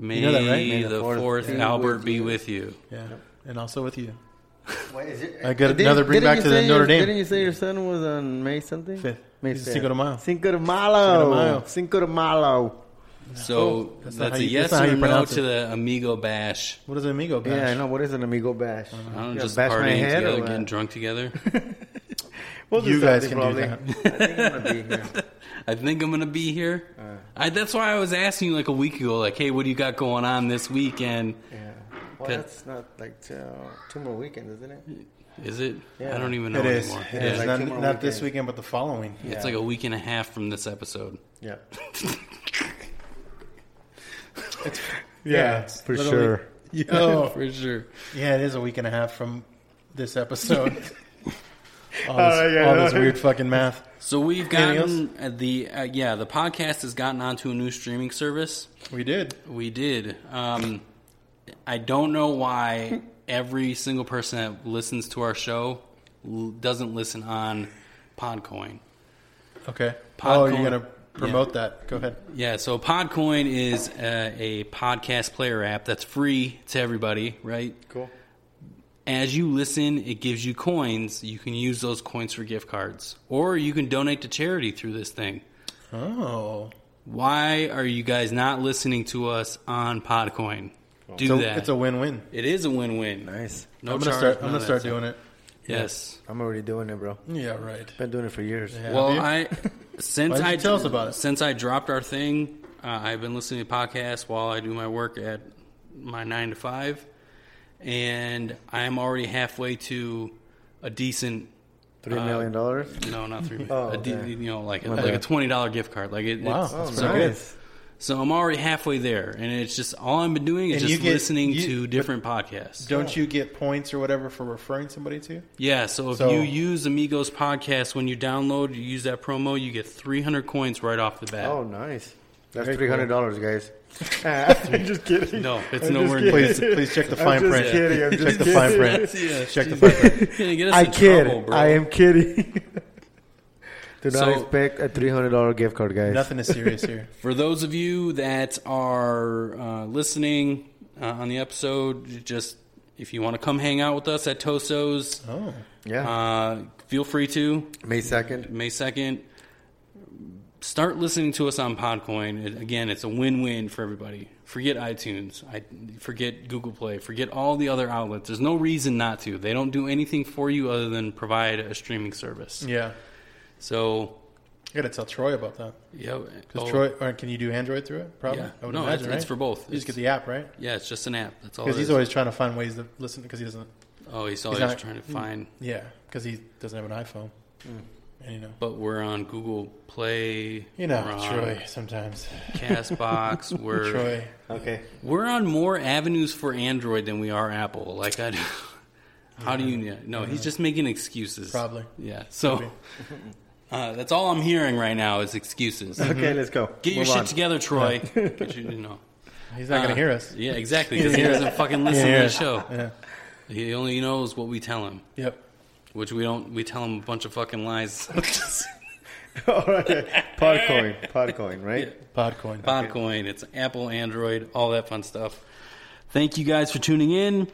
May, know that, right? May the the fourth fourth, be Albert with be you. with you. Yeah, and also with you. Wait, is it, I got another bring back to the Notre Dame. Didn't you say your son was on May something? Fifth. May He's fifth. Cinco de Mayo. Cinco de Cinco de Mayo. Mayo. Cinco de Mayo. So that's, That's not how a you- that's yes not how or you no pronounce to it. the amigo bash. What is an amigo bash? Yeah, I know. What is an amigo bash? I don't You know, gonna just bash my partying head or together, what? getting drunk together. We'll do You guys something, can do probably. I I think I'm gonna be here. think I'm gonna be here. Uh. I, that's why I was asking you like a week ago, like, "Hey, what do you got going on this weekend?" Yeah. Well, Okay. that's not like two, two more weekends, isn't it? Is it? Yeah. I don't even know It is. anymore. It Yeah. is. like Not, two more not this weekends. weekend, but the following. It's like a week and a half from this episode. Yeah. Yeah, it's literally- Yeah, Oh. for sure. Yeah, it is a week and a half from this episode. all this, Oh, right, yeah, all no. this weird fucking math. So we've Anything gotten uh, the uh, yeah the podcast has gotten onto a new streaming service. We did. We did. Um, I don't know why every single person that listens to our show l- doesn't listen on Podcoin. Okay. Pod oh, Coin. you're going to promote that. Go ahead. Yeah, so Podcoin is uh, a podcast player app that's free to everybody, right? Cool. As you listen, it gives you coins. You can use those coins for gift cards, or you can donate to charity through this thing. Oh. Why are you guys not listening to us on Podcoin? Do So that. it's a win-win. it is a win-win. Nice. No I'm going charge, to start none I'm going of to that start stuff. doing it. Yes. I'm already doing it, bro. Yeah, right. Been doing it for years. Yeah. Well, Have I since Why don't I you tell us about it? since I dropped our thing, uh, I've been listening to podcasts while I do my work at my nine to five, and I'm already halfway to a decent. Three Uh, million dollars. No, not three. Oh, a de- okay. you know, like like a twenty dollar gift card. Like it, Wow, Oh, it's, that's so, pretty nice. so I'm already halfway there, and it's just all I've been doing is And just you get- listening you- to different podcasts. Don't you get points or whatever for referring somebody to? Yeah, so if So- you use Amigos podcast when you download, you use that promo, you get 300 coins right off the bat. Oh, nice. That's Very three hundred dollars, guys. I'm just kidding. No, it's I'm nowhere just Please, kidding. please check the I'm fine just print. kidding, I'm check just the fine kidding. print. Yeah, Check the fine print. You're gonna get us I in kid. trouble, bro. I am kidding. Do not So- expect a three hundred dollar gift card, guys. Nothing is serious here. For those of you that are uh, listening uh, on the episode, just If you want to come hang out with us at Toso's, Oh, Yeah. uh, feel free to. May 2nd. May 2nd. Start listening to us on Podcoin. It- Again, it's a win-win for everybody. Forget iTunes. I forget Google Play. Forget all the other outlets. There's no reason not to. They don't do anything for you other than provide a streaming service. yeah. So, I gotta tell Troy about that. yeah. Because oh, Troy, or can you do Android through it? Probably. Yeah. I would No, imagine, it's- it's right? for both. You just It's- get the app, right? Yeah, it's just an app. That's all. Because it he's is. always trying to find ways to listen because he doesn't. oh, he's always not- Hmm. trying to find. Yeah, because he doesn't have an iPhone. Hmm. And you know, But we're on Google Play. you know, we're on Troy sometimes. Castbox. We're Troy, Okay. We're on more avenues for Android than we are Apple. Like I do. How do you kn- No, he's just making excuses. Probably. Yeah. So uh, that's all I'm hearing right now is excuses. Okay, let's go. Get your Move shit on. together, Troy. Get your, you know. he's not Uh, gonna hear us. Yeah, exactly. Because he doesn't fucking listen Yeah. to the show. Yeah. He only knows what we tell him, Yep. which we don't. We tell him a bunch of fucking lies. All right. Podcoin. Podcoin, right? Podcoin. Podcoin. It's Apple, Android, all that fun stuff. Thank you guys for tuning in.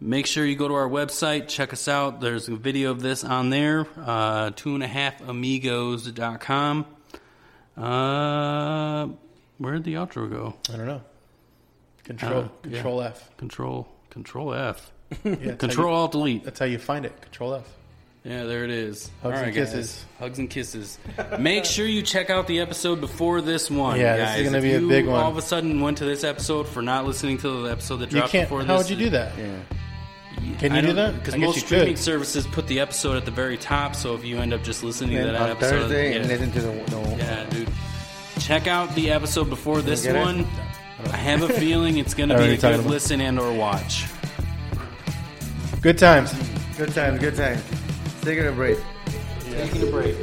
Make sure you go to our website, check us out. There's a video of this on there, uh, two and a half amigos.com. Uh, where'd the outro go? I don't know. Control. Uh, yeah. control F. Control, control F. Yeah, that's how you- Control Alt Delete. That's how you find it. Control F. Yeah, there it is. Hugs All and right, guys. kisses. Hugs and kisses. Make sure you check out the episode before this one. Yeah, this is guys. gonna If be a you big one. All of a sudden, went to this episode for not listening to the episode that You dropped can't. before How this. would you do that? Can I you do don't- that? Because I guess most you streaming could. services put the episode at the very top. So if you end up just listening to Then that on episode, Thursday yeah, and listen to the. the yeah, dude. Check out the episode before this get it? one. I have a feeling it's going to I be already a talked good about- listen and or watch. Good times. Good times, good times. Taking a break. Taking a break.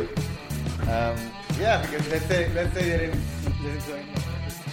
Um, yeah, because let's say, let's say they didn't listen to it.